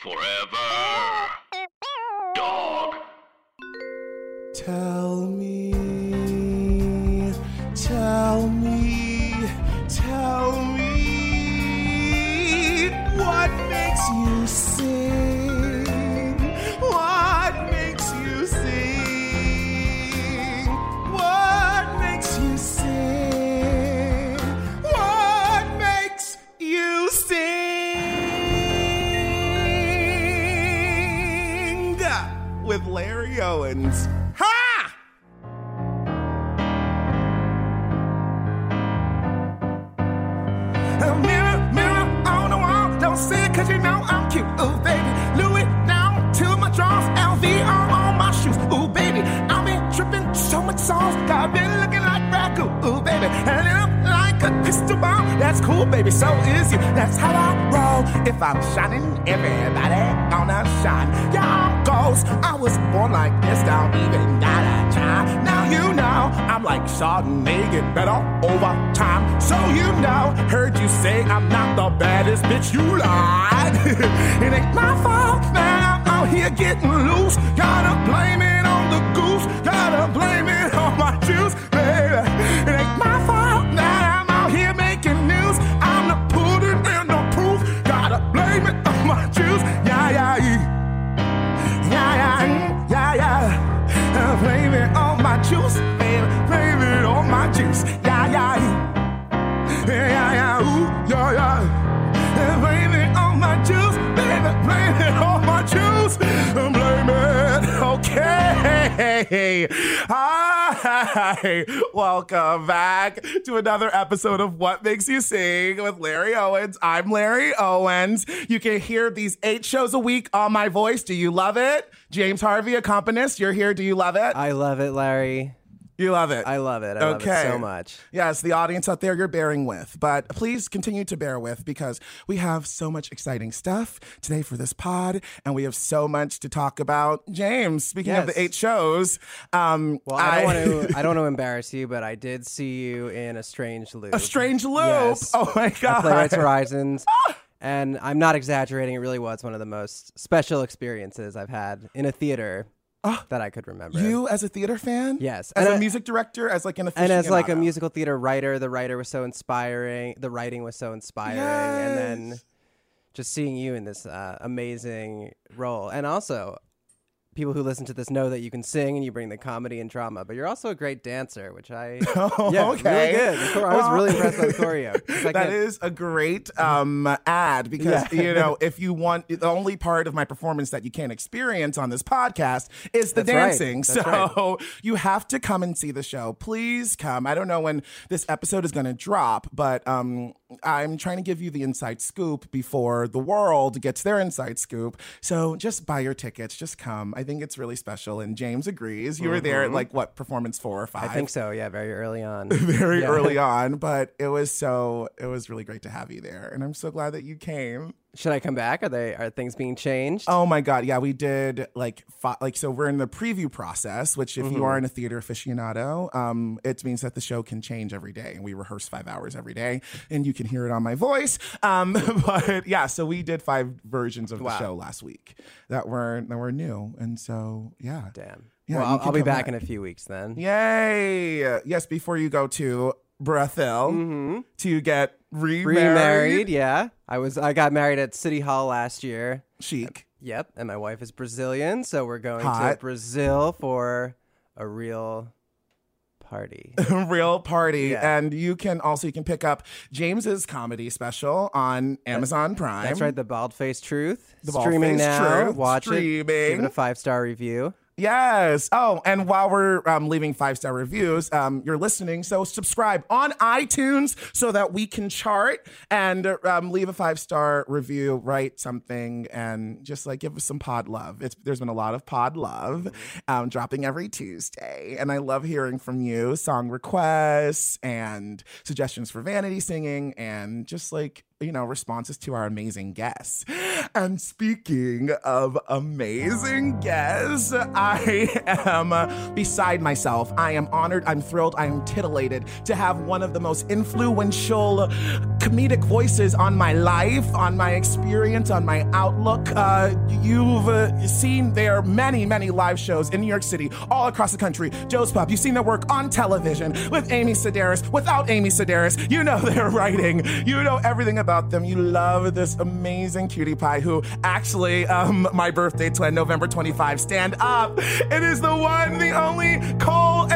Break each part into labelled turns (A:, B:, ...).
A: Forever. Dog.
B: Tell me, tell me, tell me what makes you sing? What makes you sing? What makes you sing? What makes you sing? With Larry Owens. Ha! A mirror, mirror on the wall. Don't say it cause you know I'm cute. Ooh, baby. Louis down to my drawers. LV all on my shoes. Ooh, baby. I've been tripping so much sauce. I've been looking like Racco. Ooh, baby. And I'm like a pistol bomb. That's cool, baby. So is you. That's how I roll. If I'm shining, everybody gonna shine. Yeah, I'm ghost. I was born like this. Don't even gotta try. Now you know I'm like Chardonnay. Get better over time. So you know, heard you say I'm not the baddest bitch. You lied. it ain't my fault that I'm out here getting loose. Gotta blame it on the goose. Gotta blame it on my juice, baby. It ain't my fault that I'm out here making news. I'm the pudding and the proof. Gotta blame it on my juice. Yeah, yeah, yeah. Yeah, yeah, mm, yeah, yeah. Uh, blame it on my juice, baby. Blame it on my juice. Yeah, yeah, yeah, yeah, yeah, ooh, yeah, yeah. Uh, Blame it on my juice, baby. Blame it on my juice. Uh, Blame it. Okay. Hi. Welcome back to another episode of What Makes You Sing with Larry Owens. I'm Larry Owens. You can hear these eight shows a week on my voice. Do you love it? James Harvey, accompanist, you're here. Do you love it?
C: I love it, Larry.
B: you love it.
C: I love it. I love it
B: Okay.
C: so much.
B: Yes, the audience out there you're bearing with, but please continue to bear with because we have so much exciting stuff today for this pod, and we have so much to talk about. James, speaking of
C: Yes.
B: the eight shows, um,
C: Well, I, don't want to. I don't want to embarrass you, but I did see you in a strange loop.
B: a strange loop.
C: Yes.
B: Oh my
C: At
B: god! Ah!
C: Playwrights Horizons. And I'm not exaggerating. It really was one of the most special experiences I've had in a theater that I could remember.
B: Ah, you as a theater fan,
C: Yes.
B: as
C: And
B: a
C: I-
B: music director, as like an
C: and
B: aficionado.
C: as like a musical theater writer, the writer was so inspiring. The writing was so inspiring, and then
B: Yes.
C: just seeing you in this uh, amazing role, and also people who listen to this know that you can sing and you bring the comedy and drama, but you're also a great dancer, which I
B: Oh,
C: yeah,
B: okay.
C: really good. The chore- I was
B: Well-
C: really impressed by the choreo. 'cause I
B: That
C: can't-
B: is a great um, ad because
C: Yeah.
B: you know if you want the only part of my performance that you can't experience on this podcast is the
C: That's right.
B: dancing.
C: That's
B: so you have to come and see the show. Please come. I don't know when this episode is going to drop, but um, I'm trying to give you the inside scoop before the world gets their inside scoop. So just buy your tickets. Just come. I think it's really special, and James agrees. You were there at like what performance four or
C: Mm-hmm. I
B: five?
C: think so. Yeah, very early on.
B: very
C: Yeah.
B: early on, but it was so it was really great to have you there, and I'm so glad that you came.
C: Should I come back? Are they are things being changed?
B: Oh my god, yeah, we did like fi- like so we're in the preview process, which if you aren't a theater aficionado, um, it means that the show can change every day, and we rehearse five hours every day, and you can hear it on my voice. Um, but yeah, so we did five versions of the show last week that were that were new, and so yeah,
C: Damn.
B: Yeah,
C: well,
B: you
C: I'll,
B: can
C: I'll be
B: come
C: back
B: back.
C: in a few weeks then.
B: Yay! Yes, before you go to Brazil
C: Mm-hmm.
B: to get remarried,
C: Remarried, yeah. I was I got married at City Hall last year.
B: chic.
C: Yep, and my wife is Brazilian, so we're going
B: Hot.
C: to Brazil for a real party.
B: real party
C: Yeah.
B: and you can also you can pick up james's comedy special on amazon prime
C: That's right, the Bald Face Truth
B: The Bald
C: streaming
B: Face
C: now.
B: Truth,
C: Watch it. Give it
B: streaming.
C: a five star review.
B: Yes. Oh, and while we're um, leaving five star reviews, um, you're listening. So subscribe on iTunes so that we can chart and uh, um, leave a five star review, write something, and just like give us some pod love. It's, there's been a lot of pod love um, dropping every Tuesday. And I love hearing from you song requests and suggestions for vanity singing and just like you know, responses to our amazing guests. And speaking of amazing guests, I am beside myself. I am honored, I'm thrilled, I am titillated to have one of the most influential comedic voices on my life, on my experience, on my outlook. Uh, you've uh, seen their many, many live shows in New York City, all across the country. Joe's Pub, you've seen their work on television with Amy Sedaris, without Amy Sedaris. You know their writing, you know everything about them. You love this amazing cutie pie who actually, um, my birthday twin, November 25, stand up. It is the one, the only Cole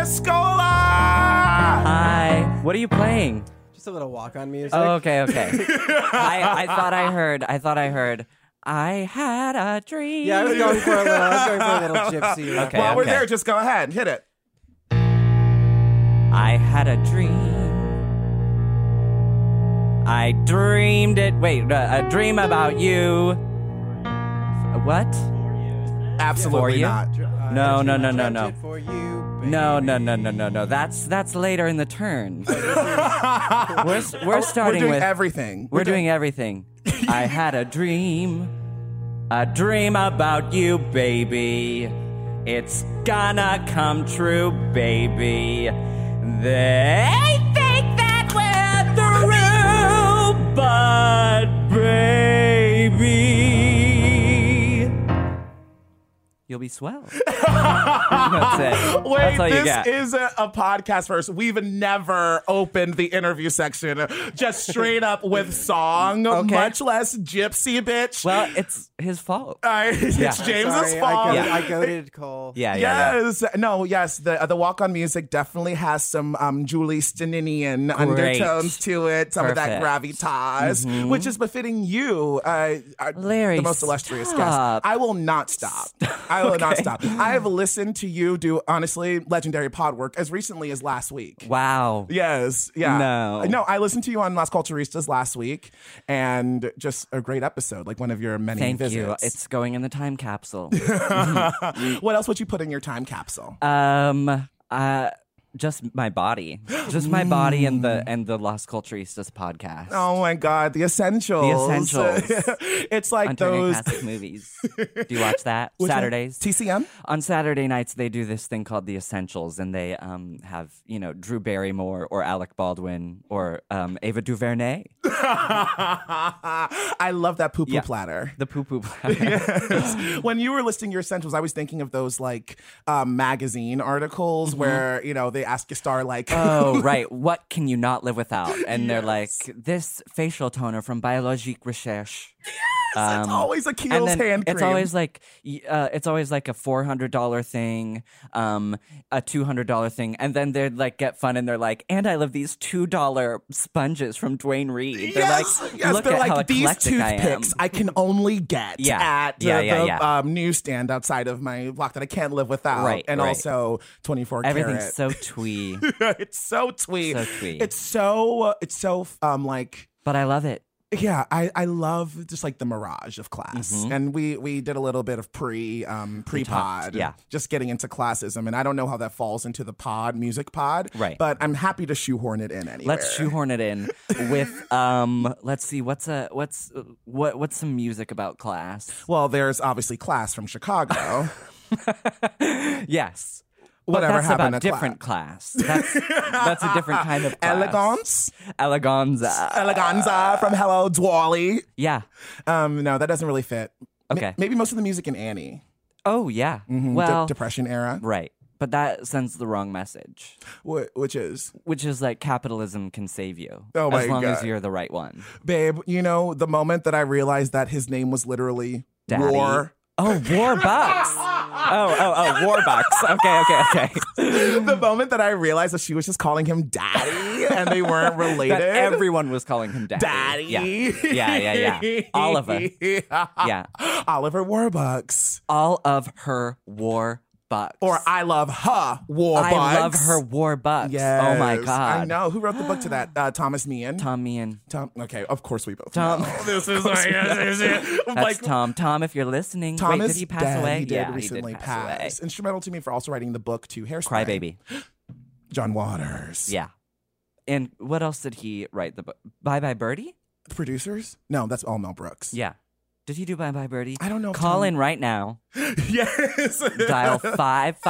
B: Escola.
D: Hi. What are you playing?
C: Just a little walk on music.
D: Oh, okay, okay. I, I thought I heard. I thought I heard. I had a dream.
C: Yeah, I was going for a little. I was going for a little gypsy.
D: Okay.
C: Well,
B: While we're there, just go ahead, hit it.
D: I had a dream. I dreamed it. Wait, uh, a dream about you. What?
B: Absolutely
D: you?
B: not.
C: uh,
D: No,
C: dreamt
D: no, no,
C: it
D: no, no.
C: For you, baby.
D: No, no, no, no, no, no. That's that's later in the turn. we're s-
B: Oh,
D: we're starting
B: We're doing
D: with
B: everything.
D: We're doing everything. I had a dream, a dream about you, baby. It's gonna come true, baby. They think that we're through, but baby, you'll be swell. That's it.
B: Wait,
D: That's all you
B: this
D: get.
B: is a, a podcast first. We've never opened the interview section just straight up with song,
D: Okay.
B: much less gypsy bitch.
D: well, it's his fault.
B: I- it's
D: Yeah.
B: James's
C: Sorry,
B: fault.
C: I, go- I goaded Cole.
D: Yeah, yeah. yeah.
B: Yes, no, yes. The the walk on music definitely has some um, Julie Steninian undertones to it. Some of that
D: Perfect. Mm-hmm.
B: gravitas, which is befitting you, uh, uh,
D: Larry,
B: the most illustrious
D: stop.
B: guest. I will not stop. I will not stop. I have listened to you do honestly legendary pod work as recently as last week.
D: Wow.
B: Yes. Yeah.
D: No.
B: No. I listened to you on Las Culturistas last week, and just a great episode, like one of your many
D: Thank
B: visits.
D: you. It's going in the time capsule.
B: what else would you put in your time capsule?
D: Um, uh, just my body, just my body, and the and the Las Culturistas podcast.
B: Mm. Oh my God, the essentials.
D: essentials.
B: it's like
D: on turning
B: those
D: classic movies. Do you watch that
B: Which one?
D: Saturdays?
B: TCM.
D: on Saturday nights, they do this thing called the Essentials, and they um, have you know Drew Barrymore or Alec Baldwin or um, Ava DuVernay,
B: I love that poo poo
D: Yeah.
B: platter.
D: the poo poo. platter.
B: when you were listing your essentials, I was thinking of those like um, magazine articles
D: Mm-hmm.
B: where you know they ask a star like,
D: Oh right, what can you not live without? And they're like this facial toner from Biologique Recherche.
B: it's always a
D: um, and
B: Kiehl's
D: then
B: hand cream.
D: it's always like y- uh, it's always like a four hundred dollar thing, um, a two hundred dollar thing, and then they'd like get fun and they're like, and I love these two dollar sponges from Dwayne Reed. They're
B: yes,
D: like,
B: yes,
D: look
B: they're
D: at
B: like
D: how
B: these
D: eclectic I am."
B: toothpicks I, can only get
D: Yeah.
B: at the,
D: Yeah, yeah,
B: the,
D: yeah.
B: Um, newsstand outside of my block that I can't live without,
D: Right,
B: and
D: right.
B: also twenty four.
D: Everything's so twee,
B: it's so twee.
D: So twee.
B: It's so uh, it's so um like
D: but I love it.
B: yeah, I, I love just like the mirage of class,
D: Mm-hmm.
B: and we we did a little bit of pre um pre pod,
D: yeah.
B: just getting into classism, and I don't know how that falls into the pod music pod,
D: Right.
B: But I'm happy to shoehorn it in anyway.
D: Let's shoehorn it in with um. Let's see what's a what's what what's some music about class?
B: Well, there's obviously class from Chicago.
D: Yes.
B: Whatever
D: but that's
B: happened
D: about
B: to cla-
D: different class. That's that's a different kind of class.
B: Elegance,
D: Eleganza.
B: eleganza from Hello Dwally.
D: Yeah.
B: Um, no, that doesn't really fit. Ma-
D: Okay.
B: maybe most of the music in Annie,
D: Oh yeah.
B: Mm-hmm. De-
D: Well,
B: Depression era,
D: right. But that sends the wrong message,
B: wh- which is
D: which is like capitalism can save you
B: Oh my
D: as long as
B: God.
D: you're the right one.
B: babe, you know, the moment that I realized that his name was literally
D: Daddy.
B: War.
D: Oh, Warbucks. oh, oh, oh, Warbucks. Okay, okay, okay.
B: The moment that I realized that she was just calling him daddy and they weren't related.
D: that everyone was calling him daddy.
B: daddy.
D: Yeah. Yeah, yeah, yeah.
B: Ah.
D: Oliver. Yeah.
B: Oliver Warbucks.
D: All of her Warbucks. bucks.
B: Or I love her war
D: I love
B: bugs.
D: her war bucks.
B: Yes.
D: Oh my god.
B: I know. Who wrote the book to that? Uh, Thomas Meehan.
D: Tom Meehan.
B: Tom. Okay, of course we both.
D: Tom.
B: know. This is like, this is it.
D: That's Tom. Tom, if you're listening,
B: Thomas
D: wait, did he pass
B: dead.
D: away?
B: He did
D: yeah, he
B: recently
D: pass away.
B: pass. Instrumental to me for also writing the book to Hairspray.
D: Crybaby.
B: John Waters.
D: Yeah. And what else did he write the book? Bye Bye Birdie?
B: The producers? No, that's all Mel Brooks.
D: Yeah. Did he do Bye Bye Birdie?
B: I don't know if
D: Call
B: Tom-
D: in right now.
B: yes.
D: Dial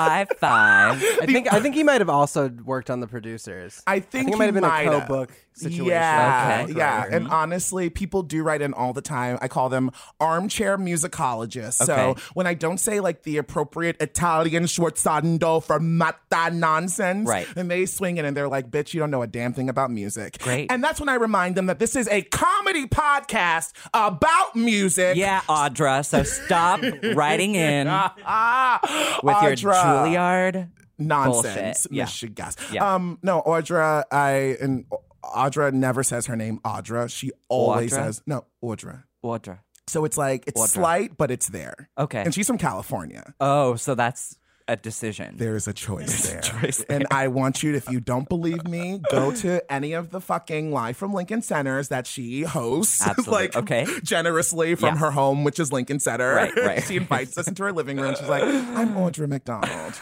D: 555.
C: I think I think he might have also worked on the producers.
B: I think,
C: I think it might have been a
B: might have.
C: co-book situation.
B: Yeah,
D: Okay.
B: yeah.
C: Right.
B: And honestly, people do write in all the time. I call them armchair musicologists.
D: Okay.
B: So when I don't say like the appropriate Italian schwarzando fermata nonsense,
D: Right.
B: and they swing it and they're like, "Bitch, you don't know a damn thing about music."
D: Great.
B: And that's when I remind them that this is a comedy podcast about music.
D: yeah, Audra. So stop writing in
B: Ah,
D: with your
B: Audra
D: Juilliard.
B: nonsense.
D: Bullshit. Yeah.
B: Michigas.
D: Yeah.
B: Um, no, Audra, I and Audra never says her name Audra. She always
D: Audra?
B: says no, Audra.
D: Audra.
B: So it's like it's
D: Audra.
B: slight, but it's there.
D: Okay.
B: And she's from California.
D: Oh, so that's a decision.
B: There is a choice there.
D: choice
B: And I want you, to, if you don't believe me, go to any of the fucking Live from Lincoln Centers that she hosts.
D: Absolutely.
B: like
D: Okay.
B: generously from
D: Yeah.
B: her home, which is Lincoln Center.
D: Right, right.
B: she invites us into her living room. She's like, I'm Audra McDonald.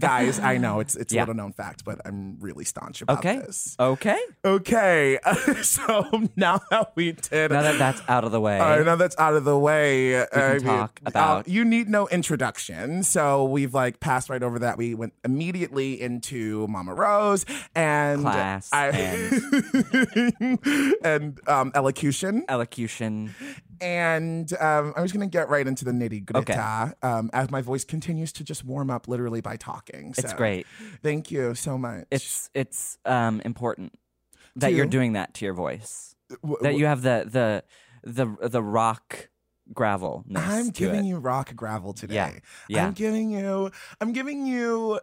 B: Guys, I know it's it's
D: Yeah.
B: a little known fact, but I'm really staunch about
D: okay.
B: this.
D: Okay.
B: Okay. so now that we did
D: Now that that's out of the way.
B: I know that's out of the way. We
D: can talk about-
B: you need no introduction, so we've like passed right over that. We went immediately into Mama Rose and
D: Class
B: and, um, elocution,
D: Elocution.
B: and um, I'm just gonna get right into the nitty gritty um, as my voice continues to just warm up, literally by talking.
D: It's
B: So,
D: great.
B: Thank you so much.
D: It's it's um important that you're
B: To-
D: doing that to your voice.
B: W-
D: That
B: w-
D: you have the the the the rock gravel.
B: I'm giving you rock gravel today.
D: Yeah. Yeah.
B: I'm giving you I'm giving you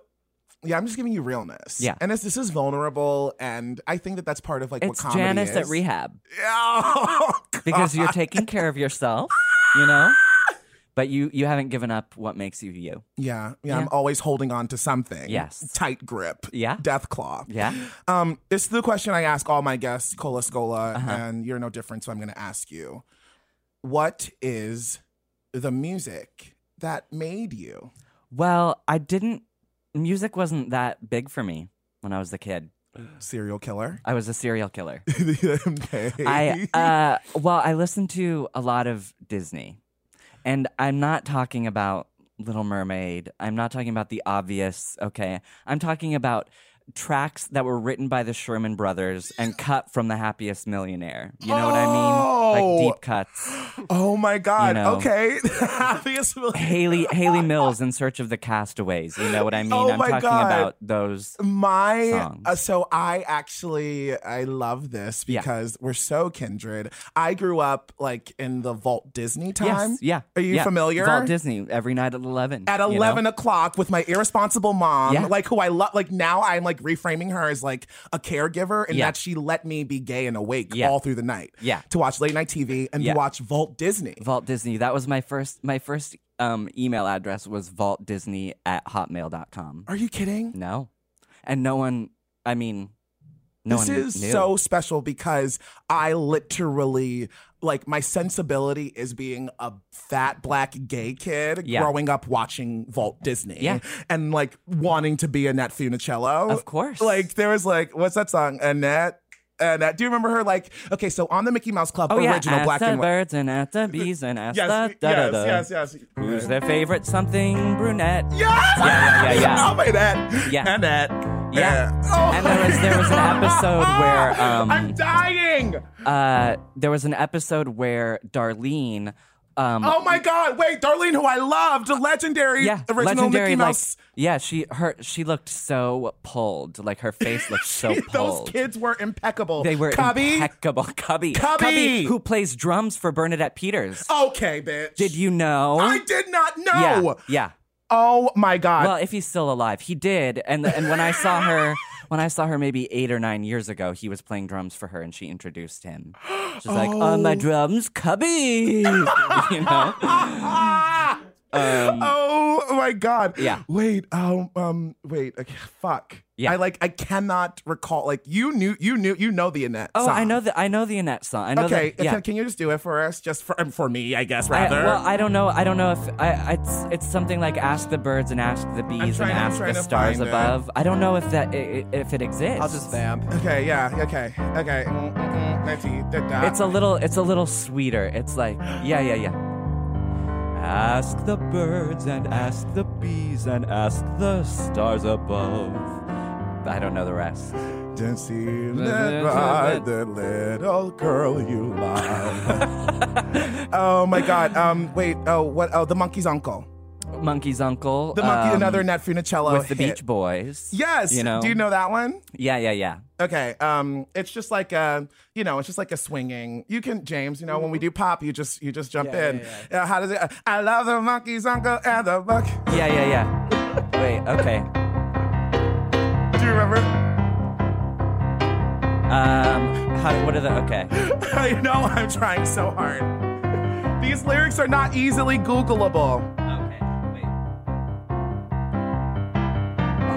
B: yeah, I'm just giving you realness.
D: Yeah.
B: And this this is vulnerable and I think that that's part of like
D: It's
B: what comedy
D: Janice
B: is.
D: at rehab
B: Oh, God.
D: because you're taking care of yourself, you know? But you you haven't given up what makes you you.
B: yeah, yeah,
D: Yeah.
B: I'm always holding on to something.
D: Yes.
B: Tight grip.
D: Yeah.
B: Death claw.
D: Yeah.
B: Um, it's the question I ask all my guests, Cola Scola,
D: Uh-huh.
B: and you're no different, so I'm gonna ask you. What is the music that made you?
D: Well, I didn't music wasn't that big for me when I was a kid.
B: Serial killer.
D: I was a serial killer.
B: okay.
D: I uh well, I listened to a lot of Disney. And I'm not talking about Little Mermaid. I'm not talking about the obvious, okay. I'm talking about tracks that were written by the Sherman brothers and cut from the happiest millionaire. You know what I mean?
B: Oh.
D: Like deep cuts.
B: Oh my God.
D: know.
B: Okay. Obvious will-
D: Haley Haley Mills in search of the castaways. You know what I mean?
B: Oh
D: I'm
B: my
D: talking
B: God.
D: about those.
B: My
D: Songs.
B: uh, so I actually I love this
D: Yeah.
B: because we're so kindred. I grew up like in the Vault Disney time.
D: Yes, yeah.
B: Are you
D: yeah.
B: familiar?
D: Walt Disney every night at eleven.
B: at
D: you know?
B: 11 o'clock with my irresponsible mom
D: Yeah.
B: like who i love like now i'm like reframing her as like a caregiver and
D: Yeah.
B: that she let me be gay and awake
D: Yeah.
B: all through the night
D: Yeah.
B: to watch late night tv and
D: Yeah.
B: to watch vault disney
D: Vault Disney. That was my first my first um, email address was vaultdisney at hotmail.com.
B: are you kidding
D: No. And no one I mean no
B: this
D: one
B: is
D: knew.
B: so special because I literally like my sensibility is being a fat black gay kid
D: Yeah.
B: growing up watching Walt Disney
D: Yeah.
B: and like wanting to be Annette Funicello.
D: Of course.
B: Like there was like what's that song Annette Annette do you remember her like okay so on the Mickey Mouse Club
D: oh, yeah.
B: original
D: ask
B: black
D: the
B: and white
D: birds and ask the bees and ask
B: yes,
D: the da da da.
B: yes yes yes
D: Who's their favorite something brunette?
B: yes
D: Yeah, yeah, yeah, yeah.
B: I'll play that
D: Yeah.
B: Annette
D: Yeah.
B: Oh
D: And there was- there was an
B: my
D: episode
B: God.
D: where, um,
B: I'm dying
D: Uh, there was an episode where Darlene um,
B: Oh my God! Wait, Darlene, who I loved, the legendary
D: yeah,
B: original
D: legendary,
B: Mickey
D: like,
B: Mouse.
D: yeah, she her she looked so pulled, like her face looked so pulled.
B: Those kids were impeccable.
D: They were
B: Cubby.
D: impeccable. Cubby.
B: Cubby!
D: who plays drums for Bernadette Peters.
B: okay, bitch.
D: Did you know?
B: I did not
D: yeah,
B: know.
D: yeah.
B: Oh my God!
D: Well, if he's still alive, he did. And and when I saw her, when I saw her maybe eight or nine years ago, he was playing drums for her, and she introduced him. She's like, "On
B: Oh.
D: my Oh, drums, Cubby," you know.
B: Ah! oh my my god.
D: um, Yeah.
B: Wait. Um. Um. Wait. Okay, fuck.
D: Yeah.
B: I like. I cannot recall. Like you knew. You knew. You know the Annette.
D: Oh, I
B: song.
D: know that. I know the Annette song. I know
B: Okay.
D: that. Yeah.
B: Can, can you just do it for us? Just for um, for me, I guess.
D: I,
B: Rather.
D: well, I don't know. I don't know if I, it's it's something like ask the birds and ask the bees
B: trying- I'm
D: and ask
B: trying
D: the
B: to
D: stars
B: find it.
D: above. I don't know if that i- i- if it exists.
C: I'll just vamp.
B: okay. Yeah. Okay. Okay. Mm, mm, mm, let's see, da, da.
D: It's a little it's a little sweeter. It's like yeah yeah yeah. Ask the birds and ask the bees and ask the stars above. I don't know the rest.
B: Didn't see that by the little girl you love. oh my God. Um. Wait. Oh. What? Oh. The monkey's uncle.
D: Monkey's uncle.
B: The monkey.
D: um,
B: another Nat Funicello
D: with the
B: hit.
D: Beach Boys.
B: Yes.
D: You know.
B: Do you know that one?
D: Yeah yeah yeah.
B: Okay. Um. It's just like a. You know. It's just like a swinging. You can James. You know when we do pop, you just you just jump in. Uh, how does it? I love the monkey's uncle and the buck.
D: Yeah yeah yeah. Wait okay.
B: Do you remember?
D: Um. How, what are the okay?
B: I know. I'm trying so hard. These lyrics are not easily Googleable.
D: Okay. Wait.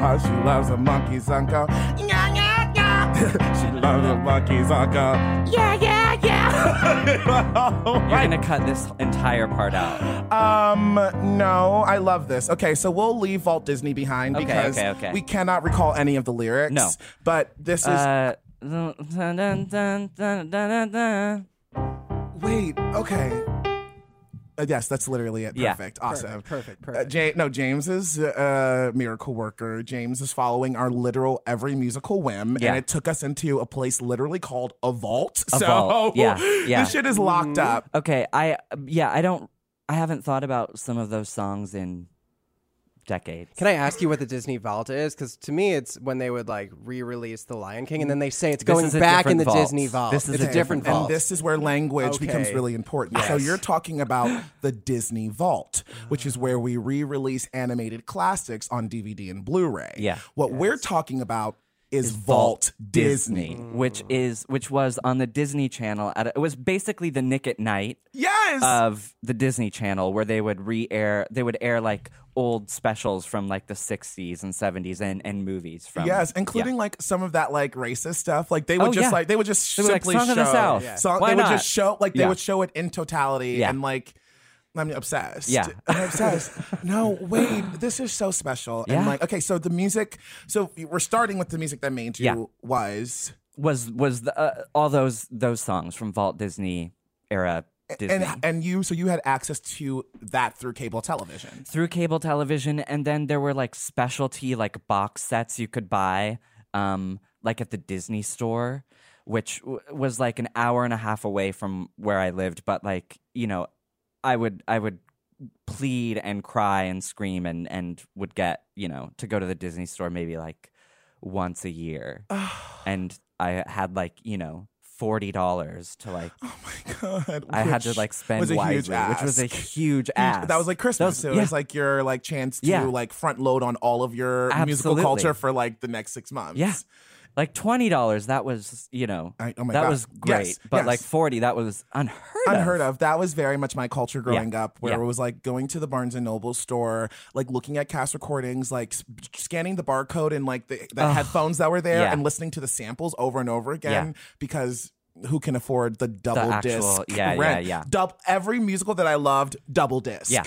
B: Oh, she loves a monkey's uncle. Yeah, yeah, yeah. she loves a monkey's uncle. Yeah, yeah, yeah. oh,
D: You're
B: my
D: gonna cut this entire part out.
B: Um, no, I love this. Okay, so we'll leave Walt Disney behind
D: Okay,
B: because
D: okay, okay.
B: we cannot recall any of the lyrics.
D: No.
B: But this is.
D: Uh, dun, dun, dun, dun, dun, dun, dun.
B: wait, okay. Uh, yes, that's literally it.
D: Yeah.
B: Perfect. Awesome.
C: Perfect.
B: Uh,
C: Perfect.
B: Ja- no, James is uh, a miracle worker. James is following our literal every musical whim,
D: Yeah.
B: and it took us into a place literally called a vault.
D: A
B: so
D: vault. Yeah, yeah.
B: this shit is locked up.
D: Okay, I yeah, I don't, I haven't thought about some of those songs in decades.
C: Can I ask you what the Disney Vault is? Because to me, it's when they would like re-release The Lion King, and then they say it's
D: This
C: going
D: is a
C: back in
D: different
C: the
D: vault.
C: Disney Vault.
D: This is
C: it's
D: a
C: a different
B: and
C: vault.
B: this is where language becomes
C: Okay.
B: really important. So
C: Yes.
B: you're talking about the Disney Vault, which is where we re-release animated classics on DVD and Blu-ray.
D: Yeah.
B: What we're talking about is, Vault Disney. Mm.
D: which is which was on the Disney Channel. At a, it was basically the Nick at Night
B: Yes.
D: of the Disney Channel, where they would re-air, they would air like old specials from like the '60s and '70s and and movies from
B: Yes, including like some of that like racist stuff. Like they would
D: Oh,
B: just
D: yeah.
B: like they would just
D: They were like,
B: simply
D: Song
B: show
D: of the South. Yeah.
B: song-
D: Why
B: they would
D: not?
B: just show like they
D: Yeah.
B: would show it in totality
D: Yeah.
B: and like I'm obsessed.
D: Yeah.
B: I'm obsessed. no, wait, this is so special. And
D: Yeah.
B: like okay, so the music so we're starting with the music that made you
D: Yeah.
B: was
D: was was the, uh, all those those songs from Walt Disney era Disney
B: and and you so you had access to that through cable television.
D: through cable television, and then there were like specialty like box sets you could buy, um, like at the Disney store, which w- was like an hour and a half away from where I lived. But like you know, I would I would plead and cry and scream and and would get you know to go to the Disney store maybe like once a year, and I had like you know. Forty dollars to like
B: Oh my god.
D: I had to
B: which
D: like spend
B: was a huge
D: wisely, which was a
B: ask.
D: huge ask.
B: That was like Christmas. so it
D: yeah.
B: was like your like chance to
D: Yeah.
B: like front load on all of your musical
D: Absolutely.
B: culture for like the next six months.
D: yeah, like twenty dollars. That was you know
B: I- oh my
D: that
B: God.
D: was great,
B: Yes,
D: but
B: yes.
D: like forty, that was unheard of.
B: Unheard of. That was very much my culture growing up, where
D: Yeah.
B: it was like going to the Barnes and Noble store, like looking at cast recordings, like s- scanning the barcode and like the, the headphones that were there,
D: Yeah.
B: and listening to the samples over and over again because who can afford the double
D: actual-
B: disc
D: yeah, yeah,
B: rent?
D: yeah.
B: Dub- every musical that I loved, double disc.
D: Yeah.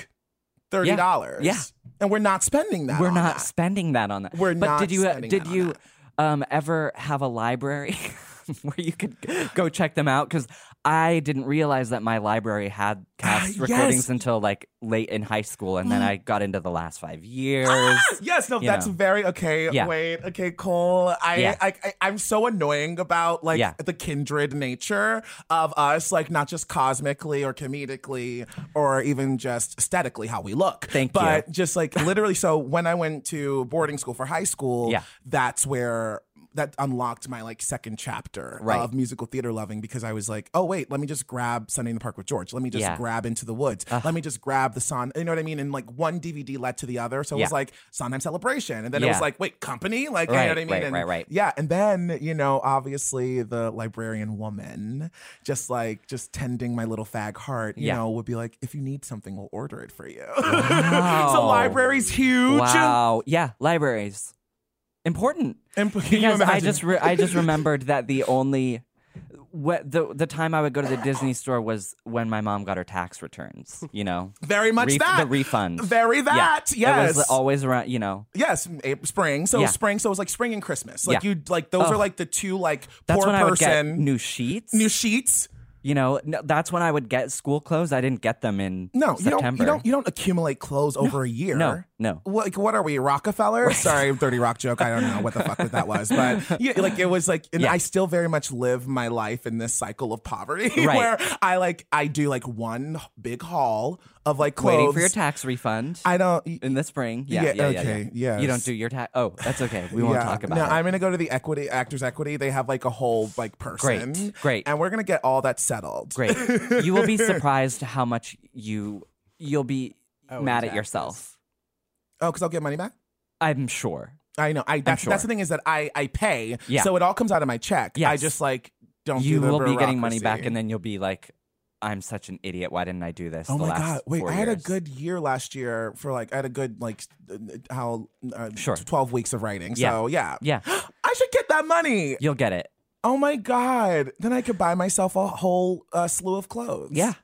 B: Thirty dollars.
D: Yeah.
B: And we're not spending that.
D: We're
B: on
D: not
B: that.
D: spending that on that.
B: We're
D: but
B: not
D: did you uh,
B: spending
D: did
B: that on
D: you um ever have a library where you could go check them out? Because I didn't realize that my library had cast
B: Ah, yes. Mm.
D: recordings until like late in high school, and then I got into the last five
B: Ah,
D: years.
B: Yes, no,
D: you
B: that's
D: know.
B: very okay.
D: Yeah.
B: Wait, okay, Cole. I,
D: Yeah.
B: I, I, I'm so annoying about like
D: Yeah.
B: the kindred nature of us, like not just cosmically or comedically or even just aesthetically how we look.
D: Thank
B: but
D: you.
B: just like literally, so when I went to boarding school for high school,
D: Yeah.
B: that's where that unlocked my like second chapter
D: Right.
B: of musical theater loving because I was like, oh wait, let me just grab Sunday in the Park with George. Let me just
D: Yeah.
B: grab Into the Woods.
D: Uh-huh.
B: Let me just grab the song. You know what I mean? And like one DVD led to the other. So it was
D: Yeah.
B: like Sondheim Celebration, and then it
D: Yeah.
B: was like, wait, Company. Like you
D: Right,
B: know what I mean?
D: right,
B: and,
D: right, right.
B: Yeah, and then you know, obviously the librarian woman, just like just tending my little fag heart, you
D: Yeah.
B: know, would be like, if you need something, we'll order it for you. so
D: Wow.
B: library's huge.
D: Wow. Yeah, libraries. Important.
B: And can you
D: Because I
B: imagine?
D: just re- I just remembered that the only what the the time I would go to the Disney store was when my mom got her tax returns, you know.
B: Very much
D: Ref-
B: that.
D: the refund.
B: Very that.
D: Yeah. It was
B: Yes.
D: always around, you know.
B: Yes, April, spring. So
D: Yeah.
B: spring. So it was like spring and Christmas. Like
D: Yeah.
B: you like those are
D: Ugh.
B: like the two like
D: That's
B: poor
D: when I would get
B: person
D: new sheets.
B: new sheets.
D: you know, no, that's when I would get school clothes. I didn't get them in
B: No, you don't.
D: September.
B: You don't. You don't accumulate clothes over a year.
D: no, no.
B: What, like, what are we, Rockefeller? Sorry, dirty rock joke. I don't know what the fuck that was, but yeah, like it was like, and
D: Yeah.
B: I still very much live my life in this cycle of poverty
D: Right.
B: where I like I do like one big haul of like clothes.
D: Waiting for your tax refund
B: I don't.
D: in the spring. Yeah,
B: Yeah,
D: yeah, yeah.
B: okay,
D: yeah.
B: yes.
D: You don't do your tax. Oh, that's okay. We won't talk about
B: no,
D: it.
B: I'm gonna go to the equity actors equity. They have like a whole like person.
D: great.
B: And we're gonna get all that settled.
D: Great. You will be surprised how much you you'll be mad at
C: exactly.
D: yourself.
B: Oh, because I'll get money back.
D: I'm sure.
B: I know. I that's,
D: sure.
B: that's the thing is that I I pay.
D: Yeah.
B: So it all comes out of my check. I
D: Yes.
B: just like don't.
D: You
B: do the
D: will be getting money
B: bureaucracy.
D: back and then you'll be like, I'm such an idiot. Why didn't I do this?
B: Oh
D: the
B: my
D: last
B: god! Wait,
D: four
B: I had a
D: years?"
B: good year last year for like I had a good like uh, how uh,
D: Sure.
B: twelve weeks of writing.
D: Yeah.
B: So yeah,
D: Yeah.
B: I should get that money.
D: You'll get it.
B: Oh my god! Then I could buy myself a whole uh, slew of clothes.
D: Yeah.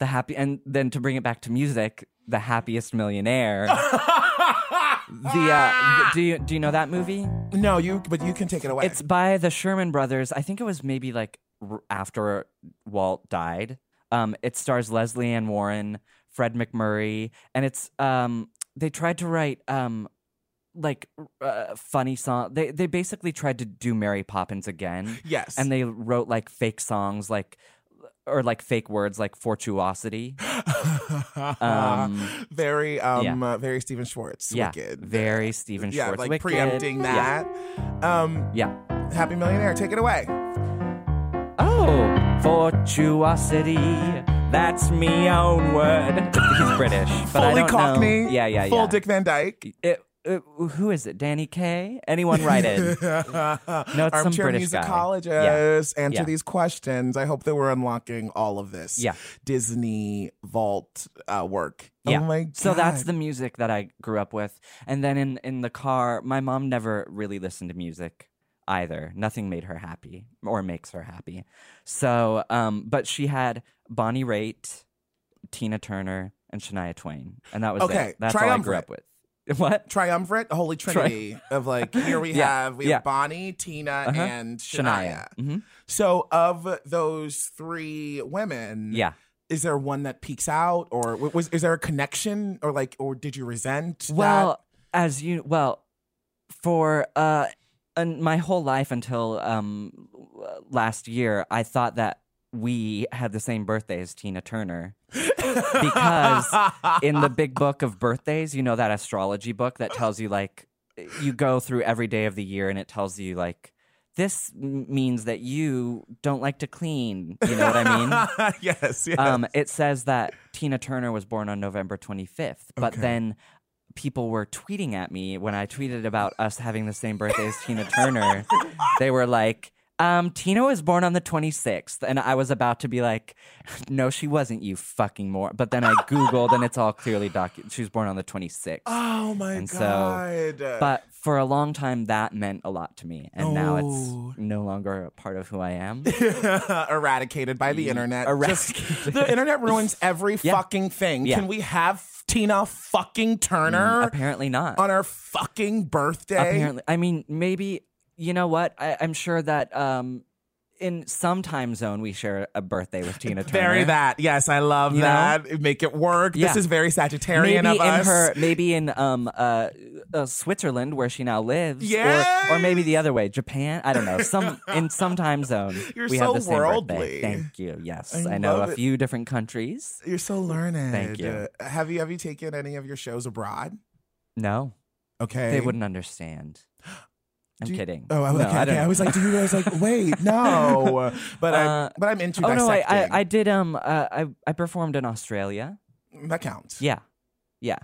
D: The happy and then to bring it back to music, the happiest millionaire. the uh, do you do you know that movie?
B: No, you. But you can take it away.
D: It's by the Sherman Brothers. I think it was maybe like r- after Walt died. Um, it stars Leslie Ann Warren, Fred McMurray, and it's um, they tried to write um, like uh, funny song. They they basically tried to do Mary Poppins again,
B: yes.
D: and they wrote like fake songs, like or like fake words, like fortuosity. Um,
B: very um uh, very Steven Schwartz
D: yeah,
B: wicked.
D: very Steven
B: yeah,
D: Schwartz.
B: like
D: wicked.
B: preempting
D: Yeah.
B: that. Um
D: yeah.
B: Happy Millionaire, take it away.
D: Oh, fortuosity. That's me own word. He's British, but I
B: Fully
D: don't
B: Cockney.
D: know. Yeah, yeah,
B: Full
D: yeah.
B: Dick Van Dyke.
D: It- it- who is it? Danny Kaye? Anyone write in?
B: no,
D: it's some
B: Armchair
D: British guy.
B: musicologist. Answer
D: Yeah.
B: these questions. I hope that we're unlocking all of this
D: Yeah.
B: Disney vault uh, work.
D: yeah.
B: Oh my god.
D: So that's the music that I grew up with. And then in in the car, my mom never really listened to music either. Nothing made her happy or makes her happy. So, um, but she had Bonnie Raitt, Tina Turner, and Shania Twain, and that was it.
B: Okay,
D: That's all I grew up with. What?
B: triumvirate, the holy trinity of like here we
D: Yeah,
B: have we
D: yeah.
B: have Bonnie, Tina,
D: Uh-huh.
B: and Shania.
D: Shania. Mhm.
B: So of those three women,
D: Yeah.
B: is there one that peaks out, or w- was is there a connection, or like, or did you resent?
D: Well, as you well, for uh, and my whole life until um l- last year, I thought that we had the same birthday as Tina Turner because in the big book of birthdays, you know that astrology book that tells you like you go through every day of the year and it tells you like this m- means that you don't like that clean. You know what I mean?
B: that? yes, yes.
D: Um, it says that Tina Turner was born on November 25th, but then people were tweeting at me when I tweeted about us having the same birthday as Tina Turner. They were like, um, Tina was born on the 26th. And I was about to be like, no, she wasn't, you fucking more. But then I Googled and it's all clearly documented. She was born on the 26th.
B: oh my
D: and so-
B: god!
D: But for a long time, that meant a lot to me. And now
B: Oh.
D: it's no longer a part of who I am.
B: eradicated by the internet. Just-
D: eradicated.
B: the internet ruins every fucking thing.
D: Yeah. Mm,
B: Can we have Tina fucking Turner?
D: Apparently not.
B: on her fucking birthday.
D: Apparently, I mean, maybe you know what? I, I'm sure that um, in some time zone we share a birthday with Tina Turner.
B: Very that. Yes, I love
D: You know?
B: that. Make it work. This
D: Yeah.
B: is very Sagittarian
D: Maybe
B: of
D: in
B: us.
D: her, maybe in um uh, uh Switzerland where she now lives,
B: Yes!
D: or, or maybe the other way, Japan. I don't know. Some in some time zone,
B: You're
D: we
B: so
D: have the same
B: worldly.
D: birthday. Thank you. Yes,
B: I
D: I, know
B: love
D: a
B: it.
D: few different countries.
B: You're so learned.
D: Thank you.
B: Uh, Have you have you taken any of your shows abroad?
D: No,
B: Okay.
D: they wouldn't understand. I'm
B: Do you-
D: kidding.
B: Oh, I,
D: No,
B: okay,
D: I
B: I,
D: don't
B: okay. I
D: know.
B: was like, do you? I was like, wait, no. But I'm,
D: Uh,
B: but I'm into
D: Oh no, I,
B: dissecting.
D: I I did um uh, I I performed in Australia.
B: that counts.
D: Yeah, yeah,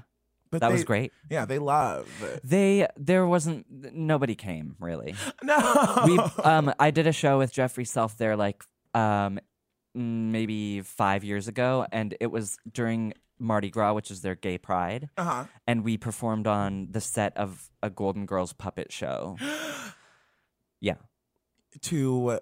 B: but
D: that
B: they,
D: was great.
B: Yeah, they love.
D: They there wasn't nobody came really.
B: No,
D: We um I did a show with Jeffrey Self there like um maybe five years ago, and it was during Mardi Gras, which is their gay pride,
B: uh-huh.
D: and we performed on the set of a Golden Girls puppet show. Yeah.
B: to oh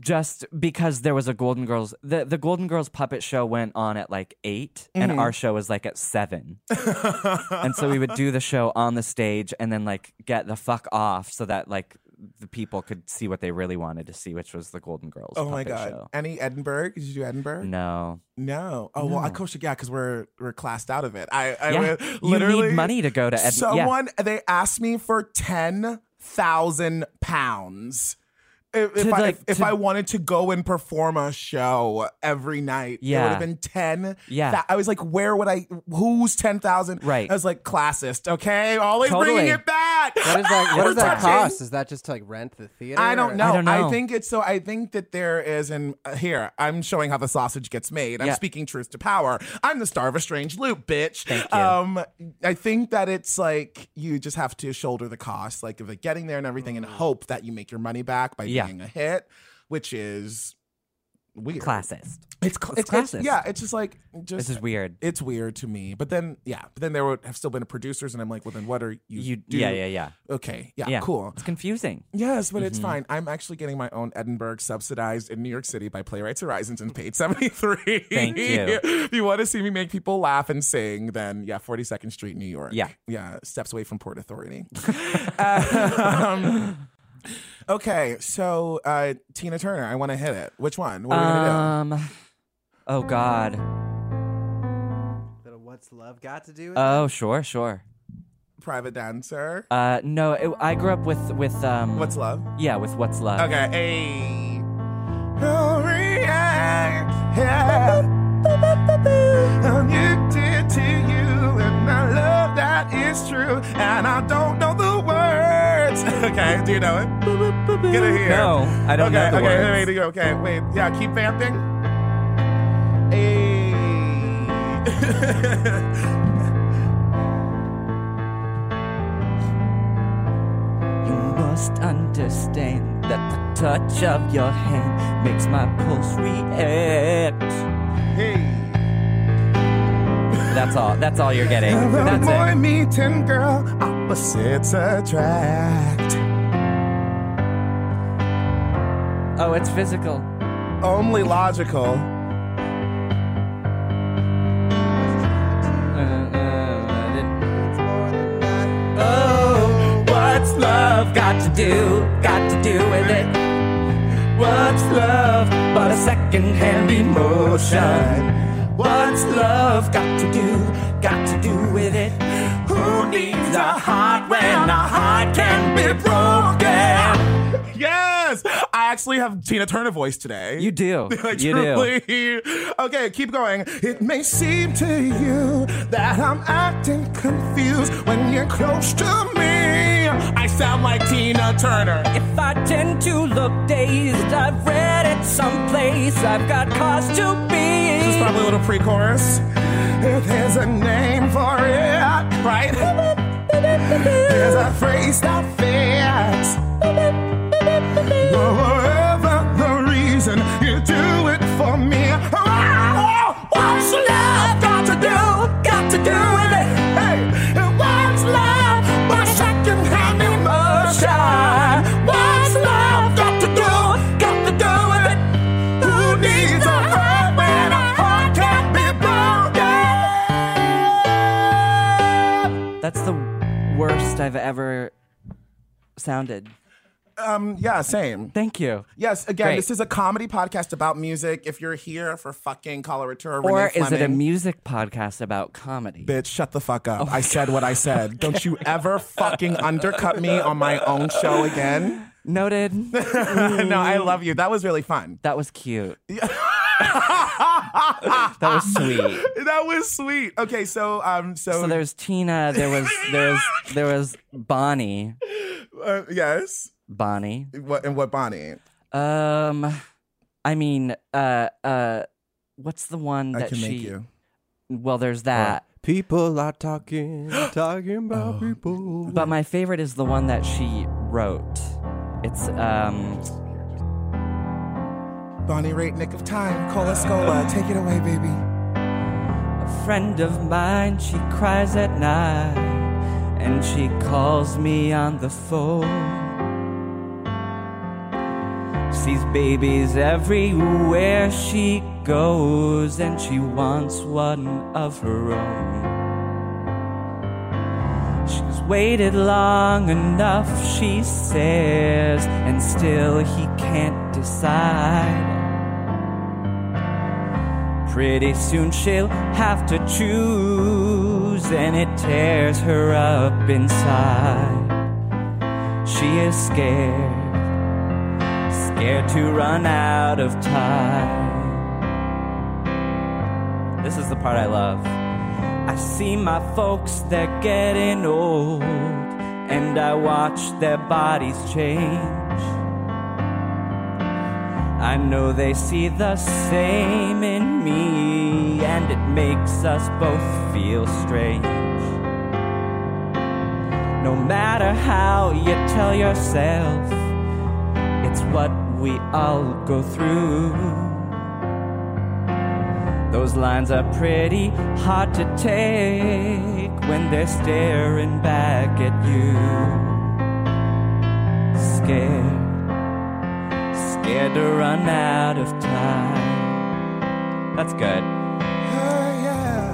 D: just because there was a Golden Girls the, the Golden Girls puppet show went on at like 8 and
B: Mm-hmm.
D: our show was like at seven. and so we would do the show on the stage and then like get the fuck off so that like the people could see what they really wanted to see, which was the Golden Girls.
B: oh my
D: puppet
B: god,
D: Show.
B: any Edinburgh? Did you do Edinburgh?
D: No.
B: No. Oh well, I coach. Yeah, because we're we're classed out of it. I, I
D: Yeah.
B: went-
D: You
B: literally
D: need money to go to Ed-
B: Someone they asked me for ten thousand pounds. If, if
D: To,
B: I
D: like,
B: if, if
D: to-
B: I wanted to go and perform a show every night, it
D: Yeah.
B: would have been ten.
D: Yeah.
B: thou- I was like, where would I? Who's ten thousand?
D: Right.
B: I was like, classist. Okay, always bringing
D: Totally.
B: it back.
C: What is that? What
B: We're
C: does that
B: touching.
C: cost? Is that just to like rent the theater?
B: I don't
C: or-
B: know. I,
D: don't know.
B: think it's so. I think that there is an uh, here. I'm showing how the sausage gets made. I'm
D: Yeah.
B: speaking truth to power. I'm the star of a strange loop, bitch.
D: you.
B: Um, I think that it's like you just have to shoulder the cost, like of like getting there and everything, and hope that you make your money back by
D: Mm. Yeah.
B: being a hit, which is weird.
D: Classist.
B: It's cl-
D: It's
B: it's, it's,
D: classist.
B: yeah. It's just like just
D: This is weird.
B: It's weird to me. But then yeah. But then there would have still been producers, and I'm like, well, then what are you?
D: You
B: do?
D: yeah, yeah, yeah.
B: Okay. Yeah.
D: Yeah.
B: Ah, Cool.
D: It's confusing.
B: Yes, but it's
D: Mm-hmm.
B: fine. I'm actually getting my own Edinburgh subsidized in New York City by Playwrights Horizons and paid 73.
D: Thank you.
B: if you want to see me make people laugh and sing, then yeah, 42nd Street, New York.
D: Yeah.
B: Yeah, steps away from Port Authority. um, okay, so uh, Tina Turner, I want to hit it. Which one? What are we going to
D: Um Oh God.
C: But What's love got to do with
D: Oh sure, sure.
B: do? Private Dancer.
D: Uh no, it, I grew up with with um
B: What's Love?
D: yeah, with what's love.
B: Okay, hey. Oh, react, yeah. I'm addicted to you, and I love that it's true, and I don't know the words. Okay, do you know it? Get it here.
D: No, I don't
B: okay,
D: know the
B: okay, Wait,
D: words.
B: wait, okay, wait. Yeah, keep vamping. Hey.
D: You must understand that the touch of your hand makes my pulse react.
B: hey.
D: That's all. That's all you're getting.
B: Hello,
D: That's
B: boy
D: it.
B: meeting girl, opposites attract.
D: Oh, it's physical.
B: Only logical.
D: Uh, uh, I didn't-
B: Oh, what's love got?
D: got to do, got to do with it. What's love but a second-hand emotion? What's love got to do, got to do with it?
B: Who needs a heart when a heart can be broken? Yes, I actually have Tina Turner voice today.
D: You do.
B: I
D: you do.
B: truly- Okay, keep going. It may seem to you that I'm acting confused when you're close to me. I sound like Tina Turner.
D: If I tend to look dazed, I've read it someplace. I've got cause to be.
B: This is probably a little pre-chorus. If there's a name for it, right? There's a phrase that fits. Whatever the reason, you do it for me. Oh, what's love got to do? Got to do with it. Hey, what's love? My second-hand emotion. What's love got to do? Got to do with it. Who needs a heart when a heart can be broken?
D: That's the worst I've ever sounded.
B: Um, yeah, same.
D: Thank you.
B: Yes, again,
D: Great.
B: this is a comedy podcast about music. If you're here for fucking coloratura,
D: Or
B: Renee
D: is it a Oh
B: Fleming-
D: music podcast about comedy?
B: Bitch, shut the fuck up. I said what I said. Don't you ever fucking undercut me on my own show again.
D: Noted.
B: no, I love you. That was really fun.
D: That was cute. that
B: Ah.
D: was sweet.
B: That was sweet. Okay, so um, so,
D: So there's Tina. There was there was there was Bonnie.
B: Uh, yes.
D: Bonnie.
B: What and what Bonnie?
D: Um, I mean, uh, uh, what's the one that
B: I can
D: she?
B: make you.
D: Well, there's that.
C: People are talking, talking about
D: Oh.
C: people.
D: But my favorite is the one that she wrote. It's um.
B: Bonnie rate nick of time. Cola Scola. Take it away, baby.
D: A friend of mine, she cries at night and she calls me on the phone. Sees babies everywhere she goes and she wants one of her own. She's waited long enough, she says, and still he can't decide. Pretty soon she'll have to choose, and it tears her up inside. She is scared, scared to run out of time. This is the part I love. I see my folks, they're getting old, and I watch their bodies change. I know they see the same in me, and it makes us both feel strange. No matter how you tell yourself, it's what we all go through. Those lines are pretty hard to take when they're staring back at you. Scared scared to run out of time. That's good.
B: Oh, yeah.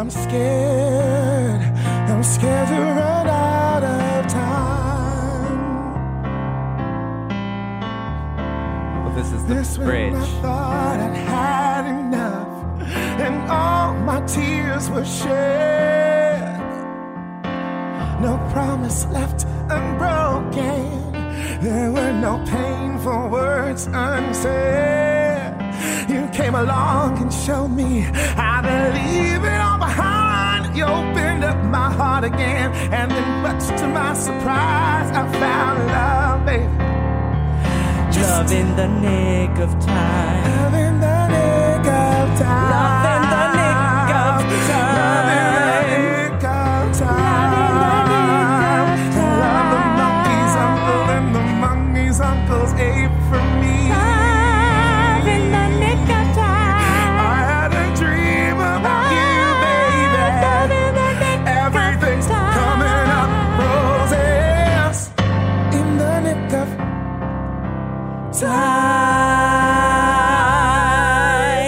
B: I'm scared. I'm scared to run out of time.
D: Well, this is the
B: This
D: bridge.
B: when I thought I'd had enough, and all my tears were shed. No promise left unbroken. There were no painful words unsaid. You came along and showed me how to leave it all behind. You opened up my heart again, and then much to my surprise, I found love, baby.
D: Love in the nick of time.
B: Love in the nick of time.
D: Love in the nick of time.
B: Love in the nick of time.
D: Love in the nick of time.
B: Love the monkey's uncle and the monkey's uncle's ape for me.
D: Love in the nick of
B: I
D: time.
B: had a dream about you,
D: Love
B: baby.
D: in the nick of
B: Everything's
D: time.
B: coming up roses. In the nick of
D: time.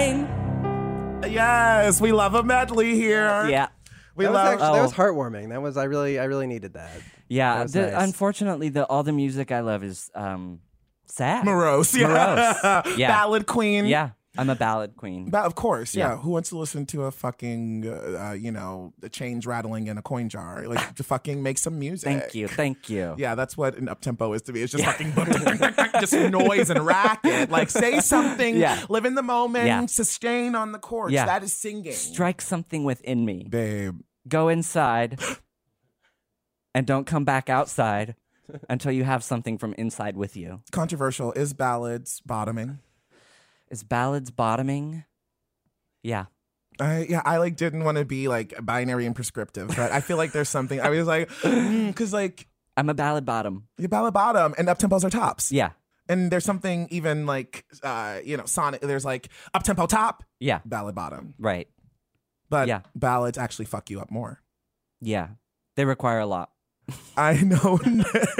B: Yes, we love a medley here.
D: Yeah.
B: we
C: That was,
B: love.
C: actually, that was
D: Oh.
C: heartwarming. That was I really I really needed that. That
D: Yeah,
C: was
D: the-
C: nice.
D: unfortunately, the all the music I love is um sad,
B: Morose. Yeah.
D: Morose. Yeah.
B: Ballad queen.
D: Yeah, I'm a ballad queen.
B: Ba- of course, yeah.
D: Yeah.
B: Who wants to listen to a fucking, uh, uh, you know, a change rattling in a coin jar? Like, to fucking make some music.
D: Thank you, thank you.
B: Yeah, that's what an up tempo is to me. It's just fucking just noise and racket. Like, say something,
D: Yeah.
B: live in the moment,
D: Yeah.
B: sustain on the chords.
D: Yeah.
B: That is singing.
D: Strike something within me.
B: Babe.
D: Go inside, and don't come back outside until you have something from inside with you.
B: Controversial. Is ballads bottoming?
D: Is ballads bottoming? Yeah,
B: I yeah, I like didn't want to be like binary and prescriptive, but I feel like there's something. I was like, because like
D: I'm a ballad bottom.
B: the ballad bottom and up tempos are tops.
D: Yeah,
B: and there's something even like uh you know sonic. There's like up tempo top,
D: yeah,
B: ballad bottom,
D: right.
B: but
D: Yeah.
B: ballads actually fuck you up more.
D: Yeah, they require a lot.
B: I know,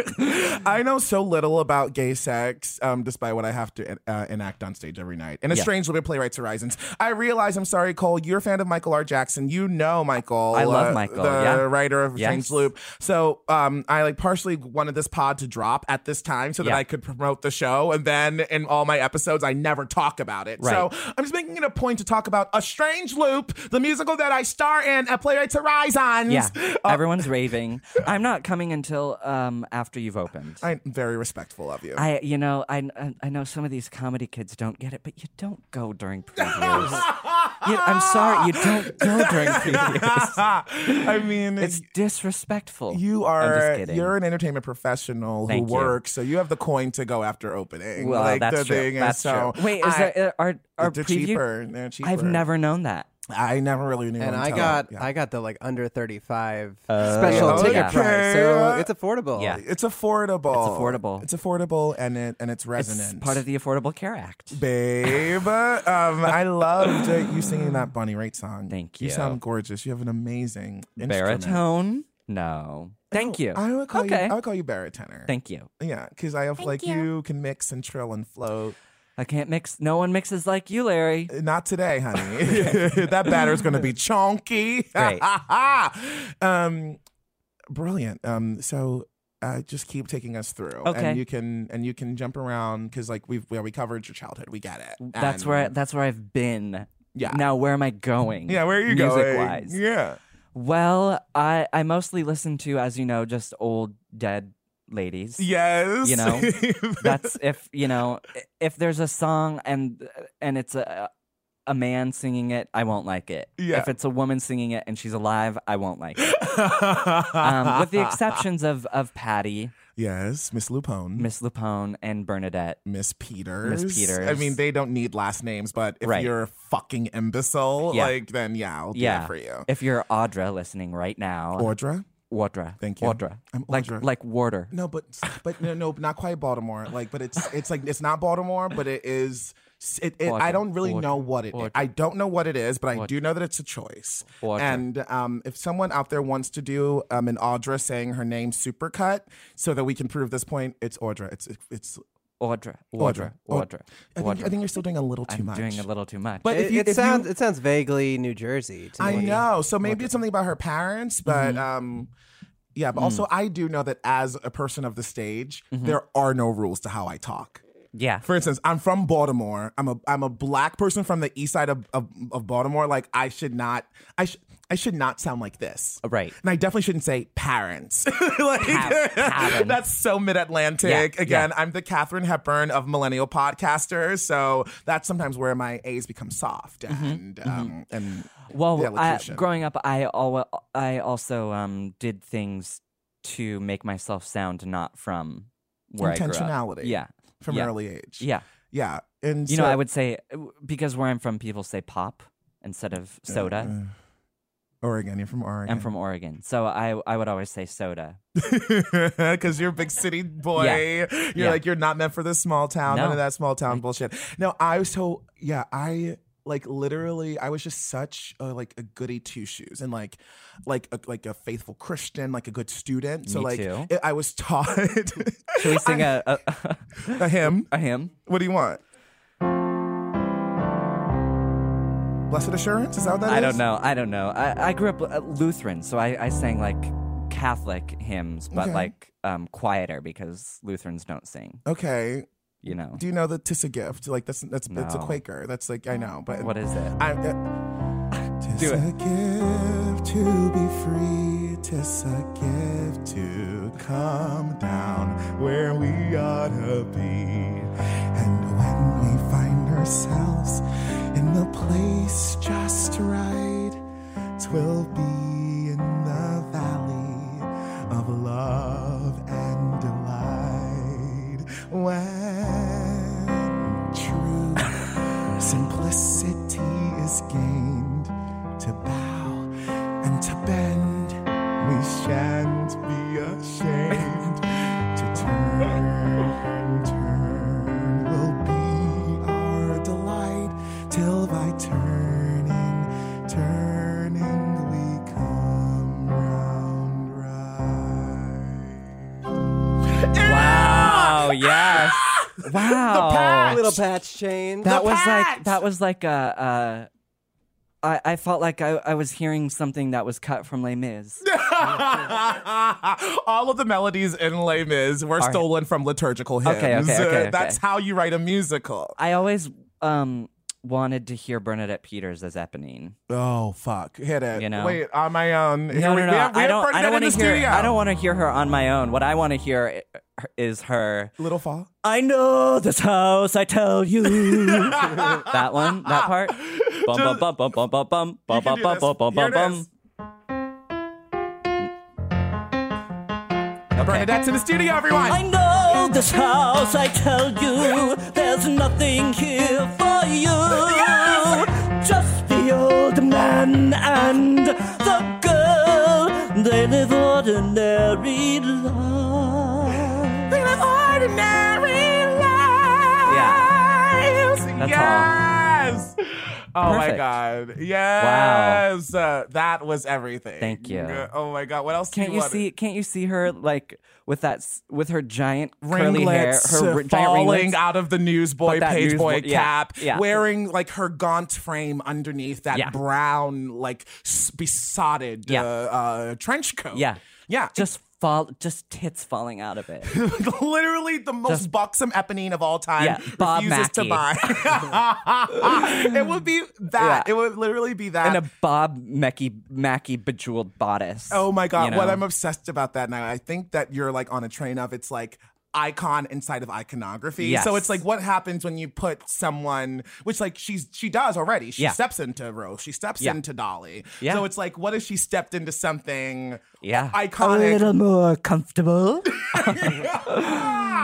B: I know so little about gay sex, um, despite what I have to uh, enact on stage every night. And a
D: Yeah.
B: strange little bit playwrights horizons. I realize, I'm sorry, Cole. You're a fan of Michael R. Jackson. You know Michael. uh,
D: I love Michael,
B: the
D: yeah.
B: writer of
D: Yes.
B: Strange Loop. So, um, I like partially wanted this pod to drop at this time so that
D: Yeah.
B: I could promote the show. And then in all my episodes, I never talk about it. So I'm just making it a point to talk about a Strange Loop, the musical that I star in at Playwrights Horizons.
D: Yeah,
B: Uh,
D: everyone's raving. I'm not coming until um after you've opened.
B: I'm very respectful of you.
D: I, you know, I, I know some of these comedy kids don't get it, but you don't go during previews. You- I'm sorry, you don't go during previews.
B: I mean,
D: It's disrespectful.
B: you
D: I'm just
B: are
D: kidding.
B: you're an entertainment professional
D: Thank
B: who
D: you.
B: works, so you have the coin to go after opening.
D: well,
B: like
D: that's
B: the
D: true.
B: thing is,
D: that's
B: so
D: true. Wait, is
B: I-
D: there uh, are are
B: they're
D: preview?
B: cheaper. They're cheaper.
D: I've never known that.
B: I never really knew.
C: And I
B: until-
C: got
B: yeah.
C: I got the like under thirty five special
D: Oh,
C: ticket
D: yeah.
C: price, so
B: Okay.
C: it's affordable.
D: Yeah.
B: It's affordable.
D: It's affordable.
B: It's affordable, and it and it's
D: It's
B: resonant.
D: part of the Affordable Care Act.
B: Babe, um, I loved uh, you singing that Bonnie Raitt song.
D: Thank
B: You
D: you.
B: sound gorgeous. You have an amazing instrument.
D: Baritone? No. Thank you.
B: I would call
D: Okay.
B: you. I would call you baritenor.
D: Thank you.
B: Yeah, because I have like you. can mix and trill and float. Uh,
D: I can't mix. No one mixes like you, Larry.
B: Not today, honey. that batter's going to be chonky.
D: Great.
B: um, brilliant. Um, so uh, just keep taking us through,
D: Okay.
B: and you can and you can jump around because like we've well, we covered your childhood. We get it.
D: That's
B: And-
D: where I, that's where I've been.
B: Yeah.
D: Now where am I going?
B: yeah, where are you
D: music
B: going?
D: Wise.
B: Yeah.
D: Well, I I mostly listen to, as you know, just old dead ladies.
B: Yes.
D: You know, That's if you know i- if there's a song and and it's a a man singing it, I won't like it.
B: Yeah.
D: If it's a woman singing it and she's alive, I won't like it. Um, with the exceptions of of Patty,
B: Yes, Miss Lupone.
D: Miss Lupone, and Bernadette.
B: Miss Peters. I
D: Peters.
B: mean, they don't need last names, but if
D: Right.
B: you're a fucking imbecile,
D: Yeah.
B: like then yeah, I'll do
D: Yeah.
B: that for you.
D: If you're Audra listening right now,
B: Audra.
D: Wardra.
B: Thank you.
D: Wardra.
B: I'm
D: like
B: Audra.
D: like Warder.
B: No, but but no, no, not quite Baltimore. Like, but it's it's like it's not Baltimore, but it is. It, it, I
D: Audra,
B: don't really
D: Audra,
B: know what it is.
D: Audra.
B: I don't know what it is, but I do know that it's a choice.
D: Audra.
B: And um, if someone out there wants to do um, an Audra saying her name supercut, so that we can prove this point, it's Audra. It's it's
D: Audra.
B: Audra.
D: Wardra.
B: Aud-
D: Wardra.
B: I think, I think you're still doing a little too
D: I'm
B: much.
D: doing a little too much.
B: But
C: It,
B: if you,
C: it
B: if you-
C: sounds it sounds vaguely New Jersey to
B: I
C: me.
B: know. So maybe it's something about her parents,
D: Mm-hmm.
B: but um, yeah. But also, I do know that as a person of the stage,
D: Mm-hmm.
B: there are no rules to how I talk.
D: yeah.
B: For instance, I'm from Baltimore. I'm a I'm a black person from the east side of of, of Baltimore. Like I should not. I should. I should not sound like this.
D: Uh, Right.
B: And I definitely shouldn't say parents. like,
D: Pa- parents.
B: That's so mid Atlantic.
D: Yeah,
B: Again,
D: yeah.
B: I'm the Catherine Hepburn of millennial podcasters. So that's sometimes where my A's become soft
D: Mm-hmm.
B: and, um, and the
D: Well, I,
B: elocution.
D: growing up, I al- I also um, did things to make myself sound not from where I grew up.
B: Intentionality.
D: Yeah.
B: from
D: yeah.
B: an early age.
D: Yeah.
B: Yeah. And
D: You
B: so,
D: know, I would say because where I'm from, people say pop instead of
B: Uh,
D: soda.
B: Oregon, you're from Oregon.
D: I'm from Oregon, so I I would always say soda.
B: because you're a big city boy.
D: Yeah.
B: You're
D: Yeah.
B: like you're not meant for this small town. None
D: No.
B: of that small town bullshit. No, I was so yeah. I like literally. I was just such a, like a goody two shoes and like like a, like a faithful Christian, like a good student. So
D: Me
B: like
D: too.
B: I- I was taught
D: Should we sing a a,
B: a hymn.
D: a hymn?
B: What do you want? Blessed assurance is that what that is?
D: I don't know. I don't know. I, I grew up uh, Lutheran, so I, I sang like Catholic hymns, but
B: Okay.
D: like um, quieter because Lutherans don't sing.
B: Okay.
D: You know
B: Do you know that tis a gift? Like that's that's that's a
D: No.
B: Quaker. That's like I know, but
D: what is it?
B: I, uh, tis a gift to be free. Tis a gift to come down where we ought to be. And when we find ourselves in the place just right, twill be in the valley of love and delight. When true. Simplicity is gained to bow and to bend. We shan't be ashamed to turn, turn will be our delight till by turning, turning we come round right.
D: Wow! Yes!
B: Oh,
D: Wow!
C: Little patch change.
D: That was
B: patch!
D: like that was like a. a I, I felt like I, I was hearing something that was cut from Les Mis.
B: All of the melodies in Les Mis were stolen from liturgical hymns.
D: Okay, okay, okay,
B: That's
D: okay.
B: how you write a musical.
D: I always um wanted to hear Bernadette Peters as Eponine.
B: Oh fuck! Hit it.
D: You know?
B: Wait, on my own. Here
D: No,
B: we,
D: no,
B: we
D: no.
B: have- we
D: I
B: have
D: don't. I
B: Bernadette
D: don't
B: in
D: want
B: the
D: to hear.
B: studio.
D: I don't want to hear her on my own. What I want to hear i- is her.
B: Little fall.
D: I know this house. I tell you. that one. That part. Bum bum
B: Just-
D: bum bum bum bum bum bum
B: can
D: bum
B: do
D: bum
B: this.
D: bum bum
B: Here it
D: bum bum.
B: is. Bernadette's in the studio, everyone.
D: I know this house, I tell you, there's nothing here for you. Just the old man and the girl, they live ordinary lives. They live ordinary lives. That's
B: yes. Oh
D: Perfect.
B: my god. Yes. Uh, that was everything.
D: Thank you.
B: Uh, Oh my god. What else do
D: Can't you
B: want?
D: see? Can't you see her like with that s- with her giant curly hair,
B: Ringlets,
D: her
B: uh,
D: r- giant
B: falling
D: ringlets?
B: out of the newsboy
D: But that
B: pageboy
D: newsboy- yeah,
B: cap,
D: yeah.
B: wearing like her gaunt frame underneath that
D: Yeah.
B: brown, like s- besotted
D: Yeah.
B: uh, uh, trench coat.
D: Yeah,
B: yeah.
D: just fall, just tits falling out of it.
B: literally the most
D: Just-
B: buxom Eponine of all time.
D: Yeah, Bob
B: refuses to
D: Mackie.
B: buy. it would be that. It
D: Yeah.
B: would literally be that.
D: and a Bob Mackey Mackey bejeweled bodice.
B: Oh my god,
D: you know?
B: what I'm obsessed about that now. I think that you're like on a train of it's like icon inside of iconography.
D: Yes.
B: So it's like what happens when you put someone which like she's she does already. She
D: Yeah.
B: steps into Rose, she steps
D: Yeah.
B: into Dolly.
D: Yeah.
B: So it's like what if she stepped into something
D: yeah,
B: iconic.
D: a little more comfortable.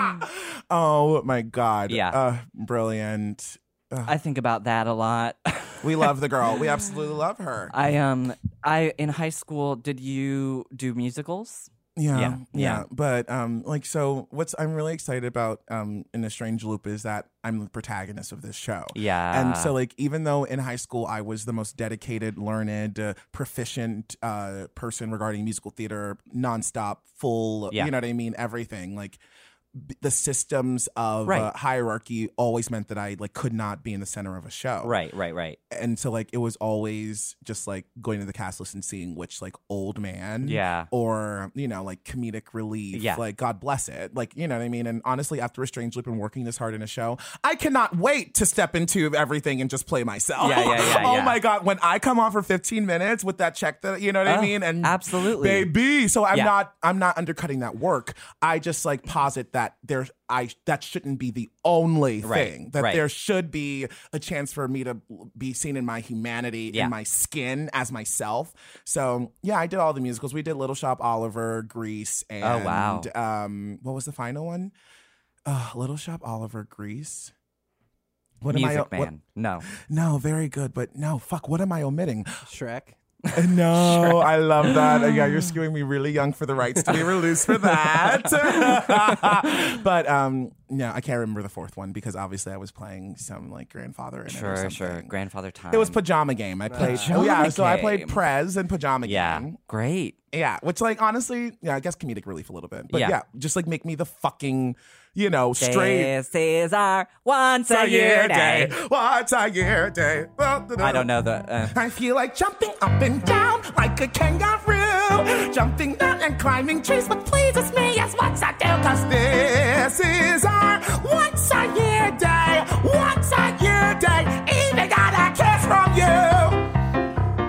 B: Oh my god.
D: Yeah.
B: Uh, brilliant.
D: I think about that a lot.
B: We love the girl. we absolutely love her.
D: I um, I in high school, did you do musicals?
B: Yeah,
D: Yeah,
B: yeah,
D: yeah.
B: But um, like, so what's I'm really excited about um in a strange loop is that I'm the protagonist of this show.
D: Yeah.
B: and so like, even though in high school I was the most dedicated, learned, uh, proficient uh person regarding musical theater, nonstop, full.
D: Yeah.
B: you know what I mean. Everything like. b- The systems of uh,
D: Right.
B: hierarchy always meant that I like could not be in the center of a show,
D: Right, right, right.
B: and so like it was always just like going to the cast list and seeing which like old man
D: Yeah.
B: or you know like comedic relief
D: Yeah.
B: like god bless it like you know what i mean and honestly after a strange loop and working this hard in a show i cannot wait to step into everything and just play myself
D: Yeah, yeah, yeah,
B: oh
D: yeah.
B: my god when i come on for 15 minutes with that check that you know what i
D: Oh,
B: mean and
D: absolutely.
B: baby so i'm
D: Yeah.
B: not i'm not undercutting that work i just like posit that there's i that shouldn't be the only
D: Right,
B: thing that
D: right.
B: there should be a chance for me to be seen in my humanity,
D: Yeah.
B: in my skin as myself. So yeah, I did all the musicals. We did Little Shop Oliver, Grease, and
D: Oh, wow.
B: um, what was the final one? Uh, Little Shop Oliver, Grease. What
D: Music
B: am I?
D: Man.
B: what-
D: No.
B: no, very good, but no, fuck. What am I omitting?
C: Shrek.
B: No, I love that. Yeah, you're skewing me really young for the rights to be released for that. but um, no, I can't remember the fourth one because obviously I was playing some like grandfather. In it or
D: Sure,
B: something.
D: sure. Grandfather time.
B: It was pajama game. I played.
D: Pajama
B: yeah, so I
D: Game.
B: played Prez and pajama
D: Yeah.
B: game.
D: Great.
B: Yeah, which like honestly, yeah, I guess comedic relief a little bit. But
D: Yeah.
B: yeah, just like make me the fucking, you know, straight.
D: This is our once a year day.
B: What's a year day?
D: I don't know the. Uh,
B: I feel like jumping up and down like a kangaroo, jumping down and climbing trees. What pleases me is what I do, cause this is our once a year day, once a year day. Even got a kiss from you.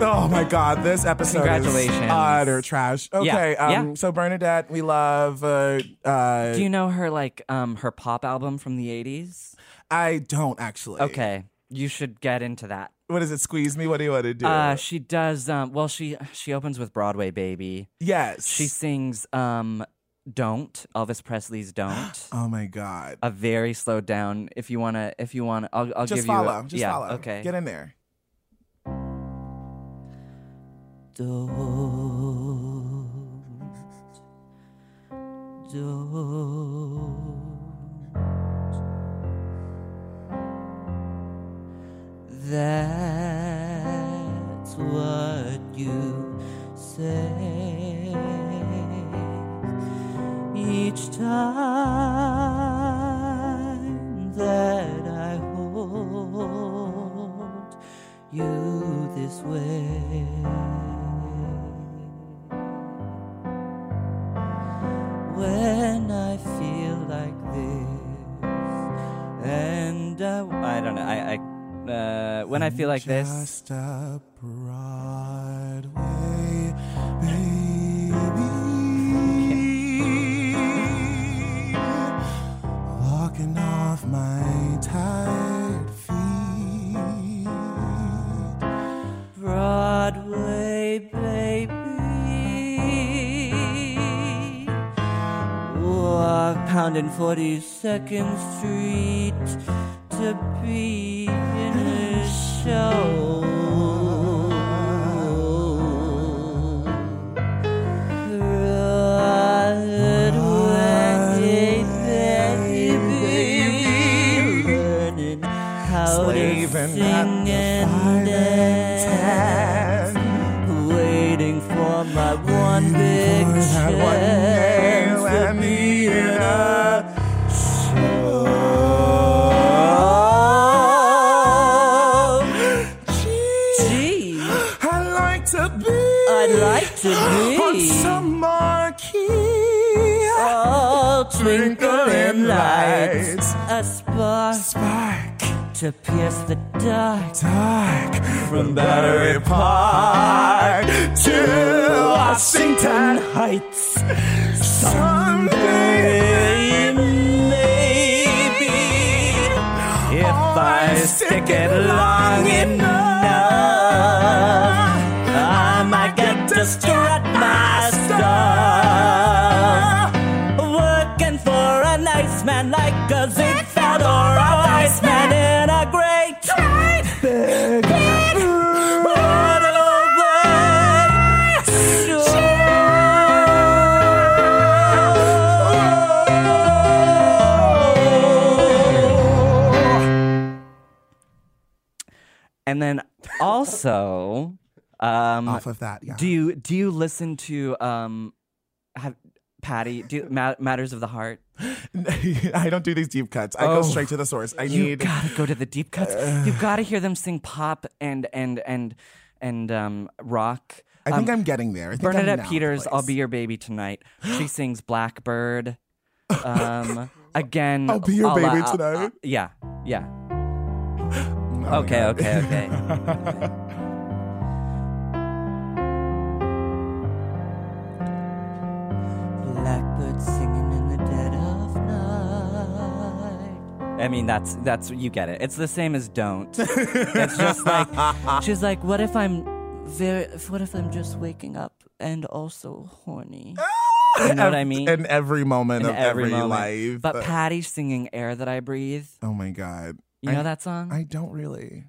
B: Oh my god, this episode
D: Congratulations.
B: is utter trash. Okay,
D: yeah.
B: um, so Bernadette, we love. Uh, uh,
D: do you know her like um her pop album from the eighties?
B: I don't actually.
D: Okay, you should get into that.
B: What is it? Squeeze me? What do you want to do?
D: Uh, she does. Um, well, she she opens with Broadway Baby.
B: yes.
D: She sings um, "Don't" Elvis Presley's "Don't."
B: Oh my god.
D: a very slowed down. If you wanna, if you wanna, I'll, I'll
B: Just
D: give you. a-
B: follow. Just
D: yeah,
B: follow.
D: Okay.
B: Get in there.
D: Don't, don't. That's what you say each time that I hold you this way when I uh, when I feel like this,
B: Just a Broadway baby. Walking off my tired feet.
D: Broadway baby. Walk pounding 42nd Street to be in a show. Broadway baby. Learning how to
B: Slaving
D: sing
B: at the
D: and dance waiting for my one big
B: That one day
D: chance to
B: when
D: be
B: me
D: in
B: and
D: a
B: I show.
D: Gee,
B: I like to be.
D: I'd like to
B: on
D: be
B: some marquee.
D: all twinkling
B: twinkling
D: lights,
B: lights.
D: a spark
B: Spark,
D: to pierce the dark.
B: dark from Battery Park to Washington Heights. Someday, maybe.
D: If I stick it long enough, I might get to strut my stuff. Working for a nice man like a Ziegfeld or a Weissman in a great big Broadway And then also, um,
B: Off of that, yeah.
D: do you do you listen to um, have Patty do you- Ma- Matters of the Heart?
B: I don't do these deep cuts. I go
D: Oh.
B: straight to the source. I
D: You
B: need.
D: gotta go to the deep cuts.
B: Uh.
D: you gotta hear them sing pop and and and and um, rock.
B: I think
D: um,
B: I'm getting there. I think I'm
D: Bernadette
B: now at the
D: Peters. I'll
B: place.
D: be your baby tonight. She sings Blackbird. Um, again,
B: I'll be your
D: a
B: baby
D: a- a-
B: tonight.
D: yeah, yeah.
B: Oh my
D: Okay,
B: God.
D: okay, okay. Blackbird singing in the dead of night. I mean, that's that's you get it. It's the same as don't. it's just like she's like, what if I'm very? What if I'm just waking up and also horny? You know what I mean?
B: In every moment
D: In
B: of every,
D: moment.
B: life.
D: But Patty singing "Air That I Breathe."
B: oh my God.
D: You
B: I-
D: know that song?
B: I don't really.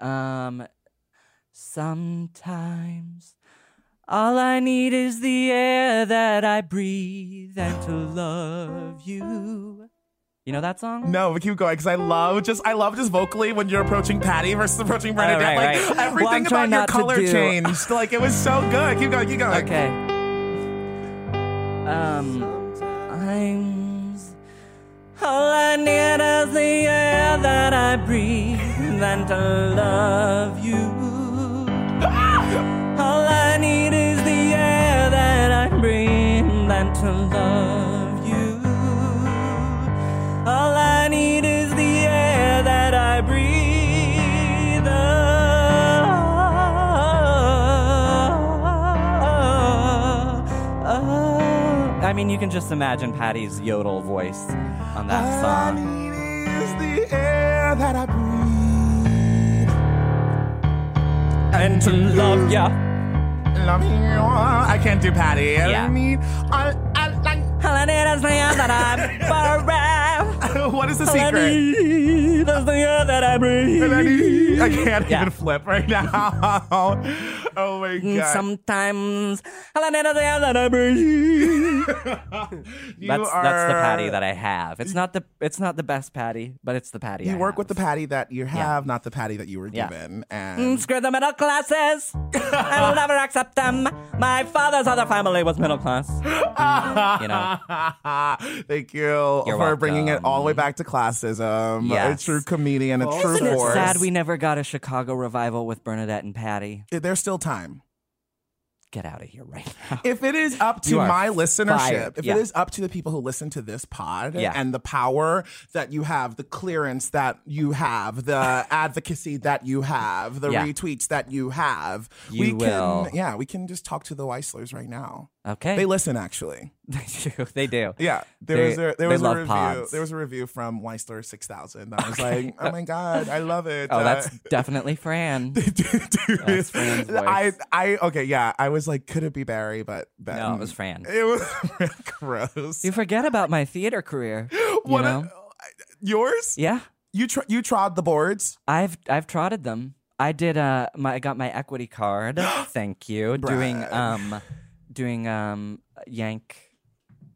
D: Um, sometimes all I need is the air that I breathe and to love you. You know that song?
B: No, but keep going because I love just I love just vocally when you're approaching Patty versus approaching Bernadette.
D: right,
B: like
D: right. Well, I'm
B: everything about your
D: trying not to
B: color
D: do-
B: changed. Like it was so good. Keep going, keep going.
D: Okay. Um, sometimes all I need is the air that I breathe and to love you. All I need is the air that I breathe and to love you. All I need is the air that I breathe. Oh, oh. I mean, you can just imagine Patty's yodel voice on that
B: I
D: song.
B: need is the air that I breathe.
D: And to love ya.
B: Love you. I can't do Patty.
D: Yeah.
B: I need I, I like
D: All I need is the air that I breathe.
B: what is the
D: All I
B: secret?
D: need is the air that I breathe.
B: I, need- I can't
D: Yeah. Mm,
B: even flip right now. oh my
D: And
B: god.
D: Sometimes all I need is the air that I breathe.
B: You
D: that's that's the patty
B: are-
D: that I have. It's not the it's not the best patty, but it's the patty.
B: you
D: I
B: work
D: have.
B: with the patty that you have, not the patty that you were
D: Yeah.
B: given.
D: Mm,
B: And
D: Screw the middle classes. I will never accept them. My father's other family was middle class. you know.
B: Thank you for bringing it all the way back to classism.
D: Yes.
B: A true comedian, a true
D: Isn't it
B: force.
D: sad we never got a Chicago revival with Bernadette and Patty?
B: There's still time.
D: get out of here right now.
B: If it is up to
D: You are
B: my listenership,
D: fired.
B: if
D: Yeah.
B: it is up to the people who listen to this pod
D: Yeah.
B: and the power that you have, the clearance that you have, the advocacy that you have, the
D: Yeah.
B: retweets that you have, we
D: You will.
B: can yeah, we can just talk to the Weislers right now.
D: Okay.
B: They listen actually.
D: They do. They do.
B: Yeah, there
D: They-
B: was a
D: they
B: there was a
D: love
B: review.
D: pods.
B: There was a review from Weisler six thousand that was like, "Oh my god, I love it."
D: Oh,
B: Uh,
D: that's definitely Fran.
B: dude, dude,
D: That's Fran's voice.
B: I I okay, yeah. I was like, could it be Barry? But then,
D: No, it was Fran.
B: It was gross.
D: You forget about my theater career. You
B: What a-
D: know?
B: yours?
D: yeah.
B: You tr- you trod the boards.
D: I've I've trotted them. I did uh my I got my equity card. Thank you. Doing
B: Brag.
D: um doing um Yank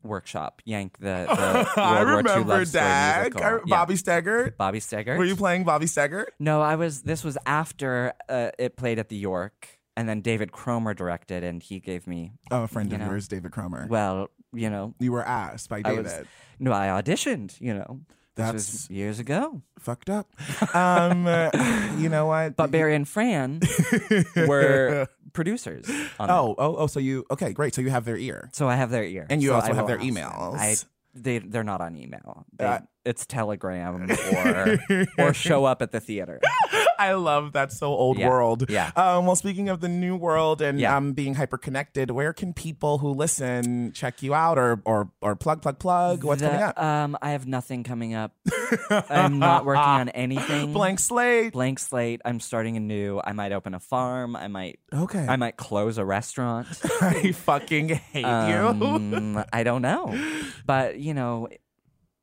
D: workshop. Yank the, the
B: I
D: World War II
B: remember
D: love story
B: Dag,
D: musical.
B: I-
D: Yeah.
B: Bobby Steggert.
D: Bobby Steggert.
B: Were you playing Bobby Steggert?
D: No, I was. This was after uh, it played at the York, and then David Cromer directed, and he gave me.
B: Oh, a friend
D: You
B: of
D: know.
B: yours, David Cromer.
D: Well, you know,
B: you were asked by
D: I
B: David.
D: was. No, I auditioned. You know, this
B: That's-
D: was years ago.
B: Fucked up. Um, you know what?
D: But Barry and Fran were producers. On that.
B: Oh, oh, oh. So you okay? Great. So you have their ear.
D: so I have their ear,
B: And you
D: So
B: also
D: I
B: have their
D: will them.
B: emails.
D: I they they're not on email. They,
B: Uh,
D: it's Telegram or or show up at the theater.
B: I love that so old
D: Yeah,
B: world.
D: yeah.
B: Um, well, speaking of the new world and
D: Yeah.
B: um, being hyper connected, where can people who listen check you out or or or plug plug plug? What's
D: The-
B: coming up?
D: Um, I have nothing coming up. I'm not working on anything.
B: Blank slate.
D: blank slate. I'm starting anew. I might open a farm. I might
B: Okay.
D: I might close a restaurant.
B: I fucking hate you.
D: Um, I don't know. But you know,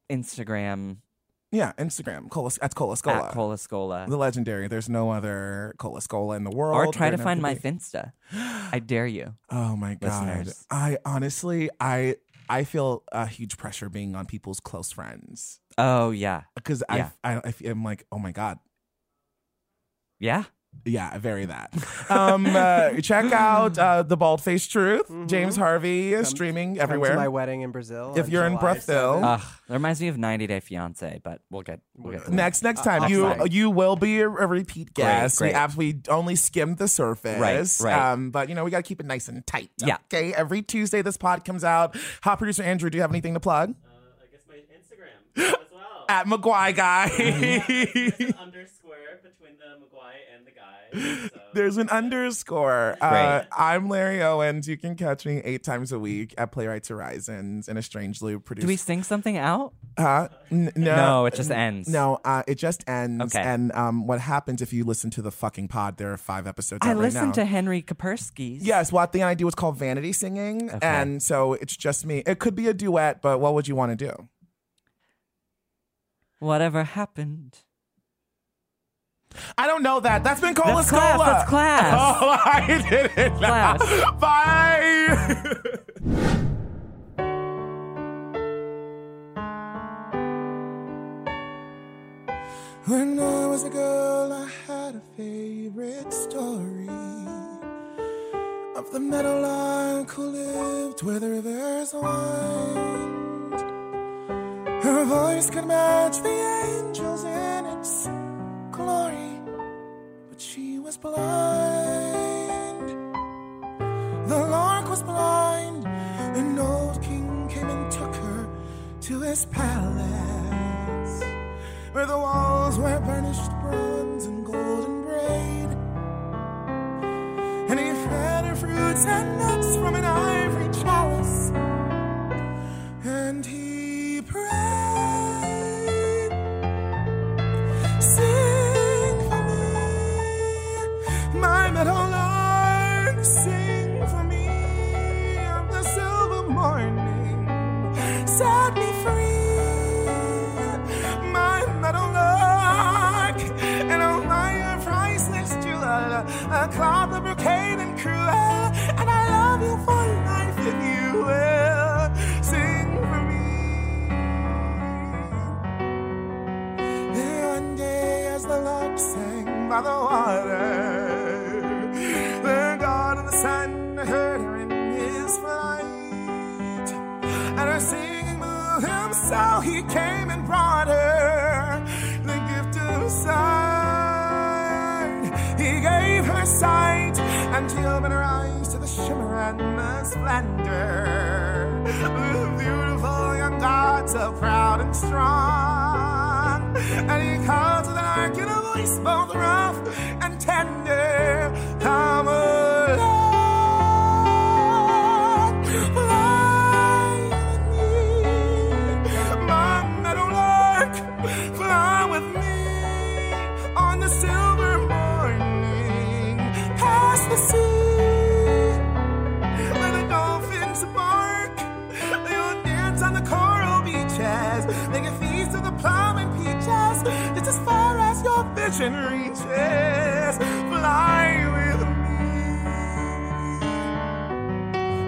D: Instagram
B: yeah, Instagram. Cola, that's Cola
D: at
B: Scola.
D: Cola Scola.
B: The legendary. There's no other Cola Scola in the world.
D: Or try
B: There
D: to
B: never
D: find
B: could
D: my
B: be.
D: Finsta. I dare you.
B: Oh my god.
D: listeners.
B: I honestly, I I feel a huge pressure being on people's close friends
D: Oh yeah.
B: because
D: Yeah.
B: I, I I'm like, oh my god,
D: Yeah.
B: Yeah, very that. Um, uh, check out uh, The Bald Face Truth.
D: Mm-hmm.
B: James Harvey is streaming
C: Come
B: everywhere.
C: to my wedding in Brazil.
B: If
C: on
B: you're in
C: July
B: Breathville.
C: 7th.
D: Ugh, that reminds me of 90 Day Fiance, but we'll get we'll get to that.
B: Next, next time
D: Uh,
B: you
D: offside.
B: you will be a, a repeat guest.
D: great.
B: We, abs- we only skimmed the surface,
D: Right, right.
B: Um, but you know we got to keep it nice and tight.
D: Yeah.
B: Okay. Every Tuesday this pod comes out. Hot producer Andrew, do you have anything to plug?
E: I guess my Instagram as well.
B: At McGuire guy.
E: There's an underscore between the Maguire and the guy. So.
B: There's an underscore. Uh, I'm Larry Owens. You can catch me eight times a week at Playwrights Horizons in a strange loop. Produced
D: Do we sing something out?
B: Huh? N- no.
D: No, it just ends.
B: No, uh, it just ends.
D: Okay.
B: And um, what happens if you listen to the fucking pod? There are five episodes.
D: I
B: out right
D: listened
B: now.
D: to Henry Kapersky's.
B: Yes, what the idea was called vanity singing,
D: Okay.
B: and so it's just me. It could be a duet, but what would you want to do?
D: Whatever happened.
B: I don't know that. That's been Cola
D: That's class,
B: Scola.
D: that's class.
B: Oh, I did it. now.
D: Class.
B: Bye. When I was a girl, I had a favorite story of the meadow lark who lived where the rivers wind. Her voice could match the angels in its glory, but she was blind. The lark was blind, an old king came and took her to his palace, where the walls were burnished bronze and golden braid. And he fed her fruits and nuts from an ivory chalice, and he prayed. Sing for me, my meadow lark. Sing for me of the silver morning. Set me free, my meadow lark. And I'll buy a priceless jewel, a cloth of brocade and cruel. And I love you for life if you will. Sing for me. There one day as the lark sang by the water, the god of the sun heard her in his flight, and her singing moved him, so he came and brought her the gift of sight. He gave her sight and she opened her eyes to the shimmer and the splendor. Beautiful young God, so proud and strong. And he calls with an arc in a voice both rough and tender. Come along, fly with me, my meadowlark, fly with me on the silver morning past the sea where the dolphins bark. They'll dance on the coral beaches, make a feast of the plum and peaches. It's as far as your vision reaches. Fly with me.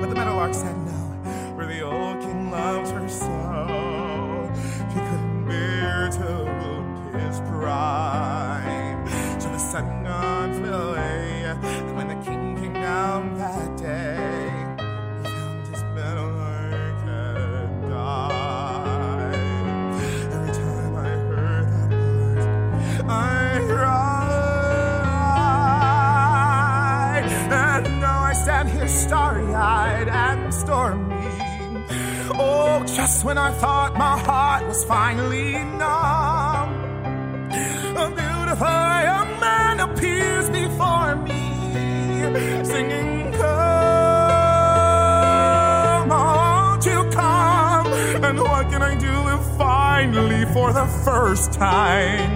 B: But the meadowlark said no, for the old king loved her so. He couldn't bear to wound his pride. So the sun god flew away, and when the king came down that day, he found his meadowlark had died. Every time I heard that word, I cried. And now I stand here starry eyed and stormy. Oh, just when I thought my heart was finally numb, a beautiful young man appears before me, singing, Come, won't you come? And what can I do if finally, for the first time,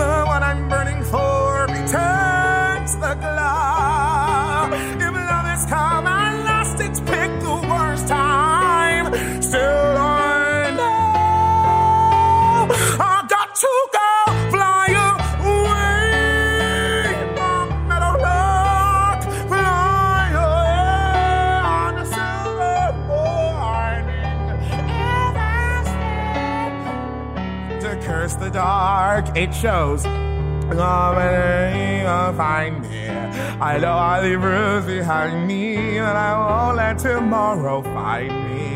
B: the one I'm burning for returns the glow? If love has come and lost its pick the worst time, still I know I got to go fly away. My meadowlark, fly away on a silver morning. If I stay to curse the dark, it shows. Comedy of find me. I know all the roots behind me, and I won't let tomorrow find me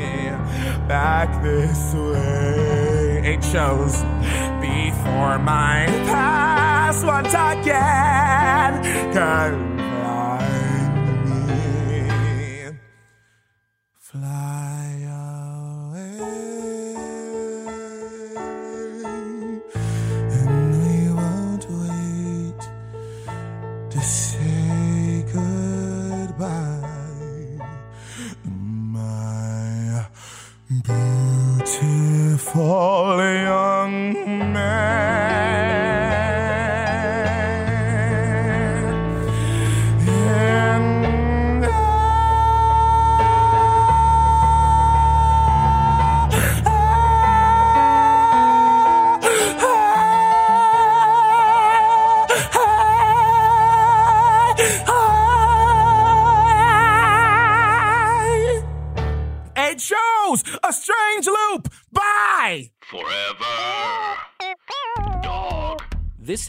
B: back this way. It shows before my past once again can find me. Fly away, and we won't wait to say goodbye, my beautiful young man. And It shows a strange loop. Bye.
F: Forever. Dog.
G: This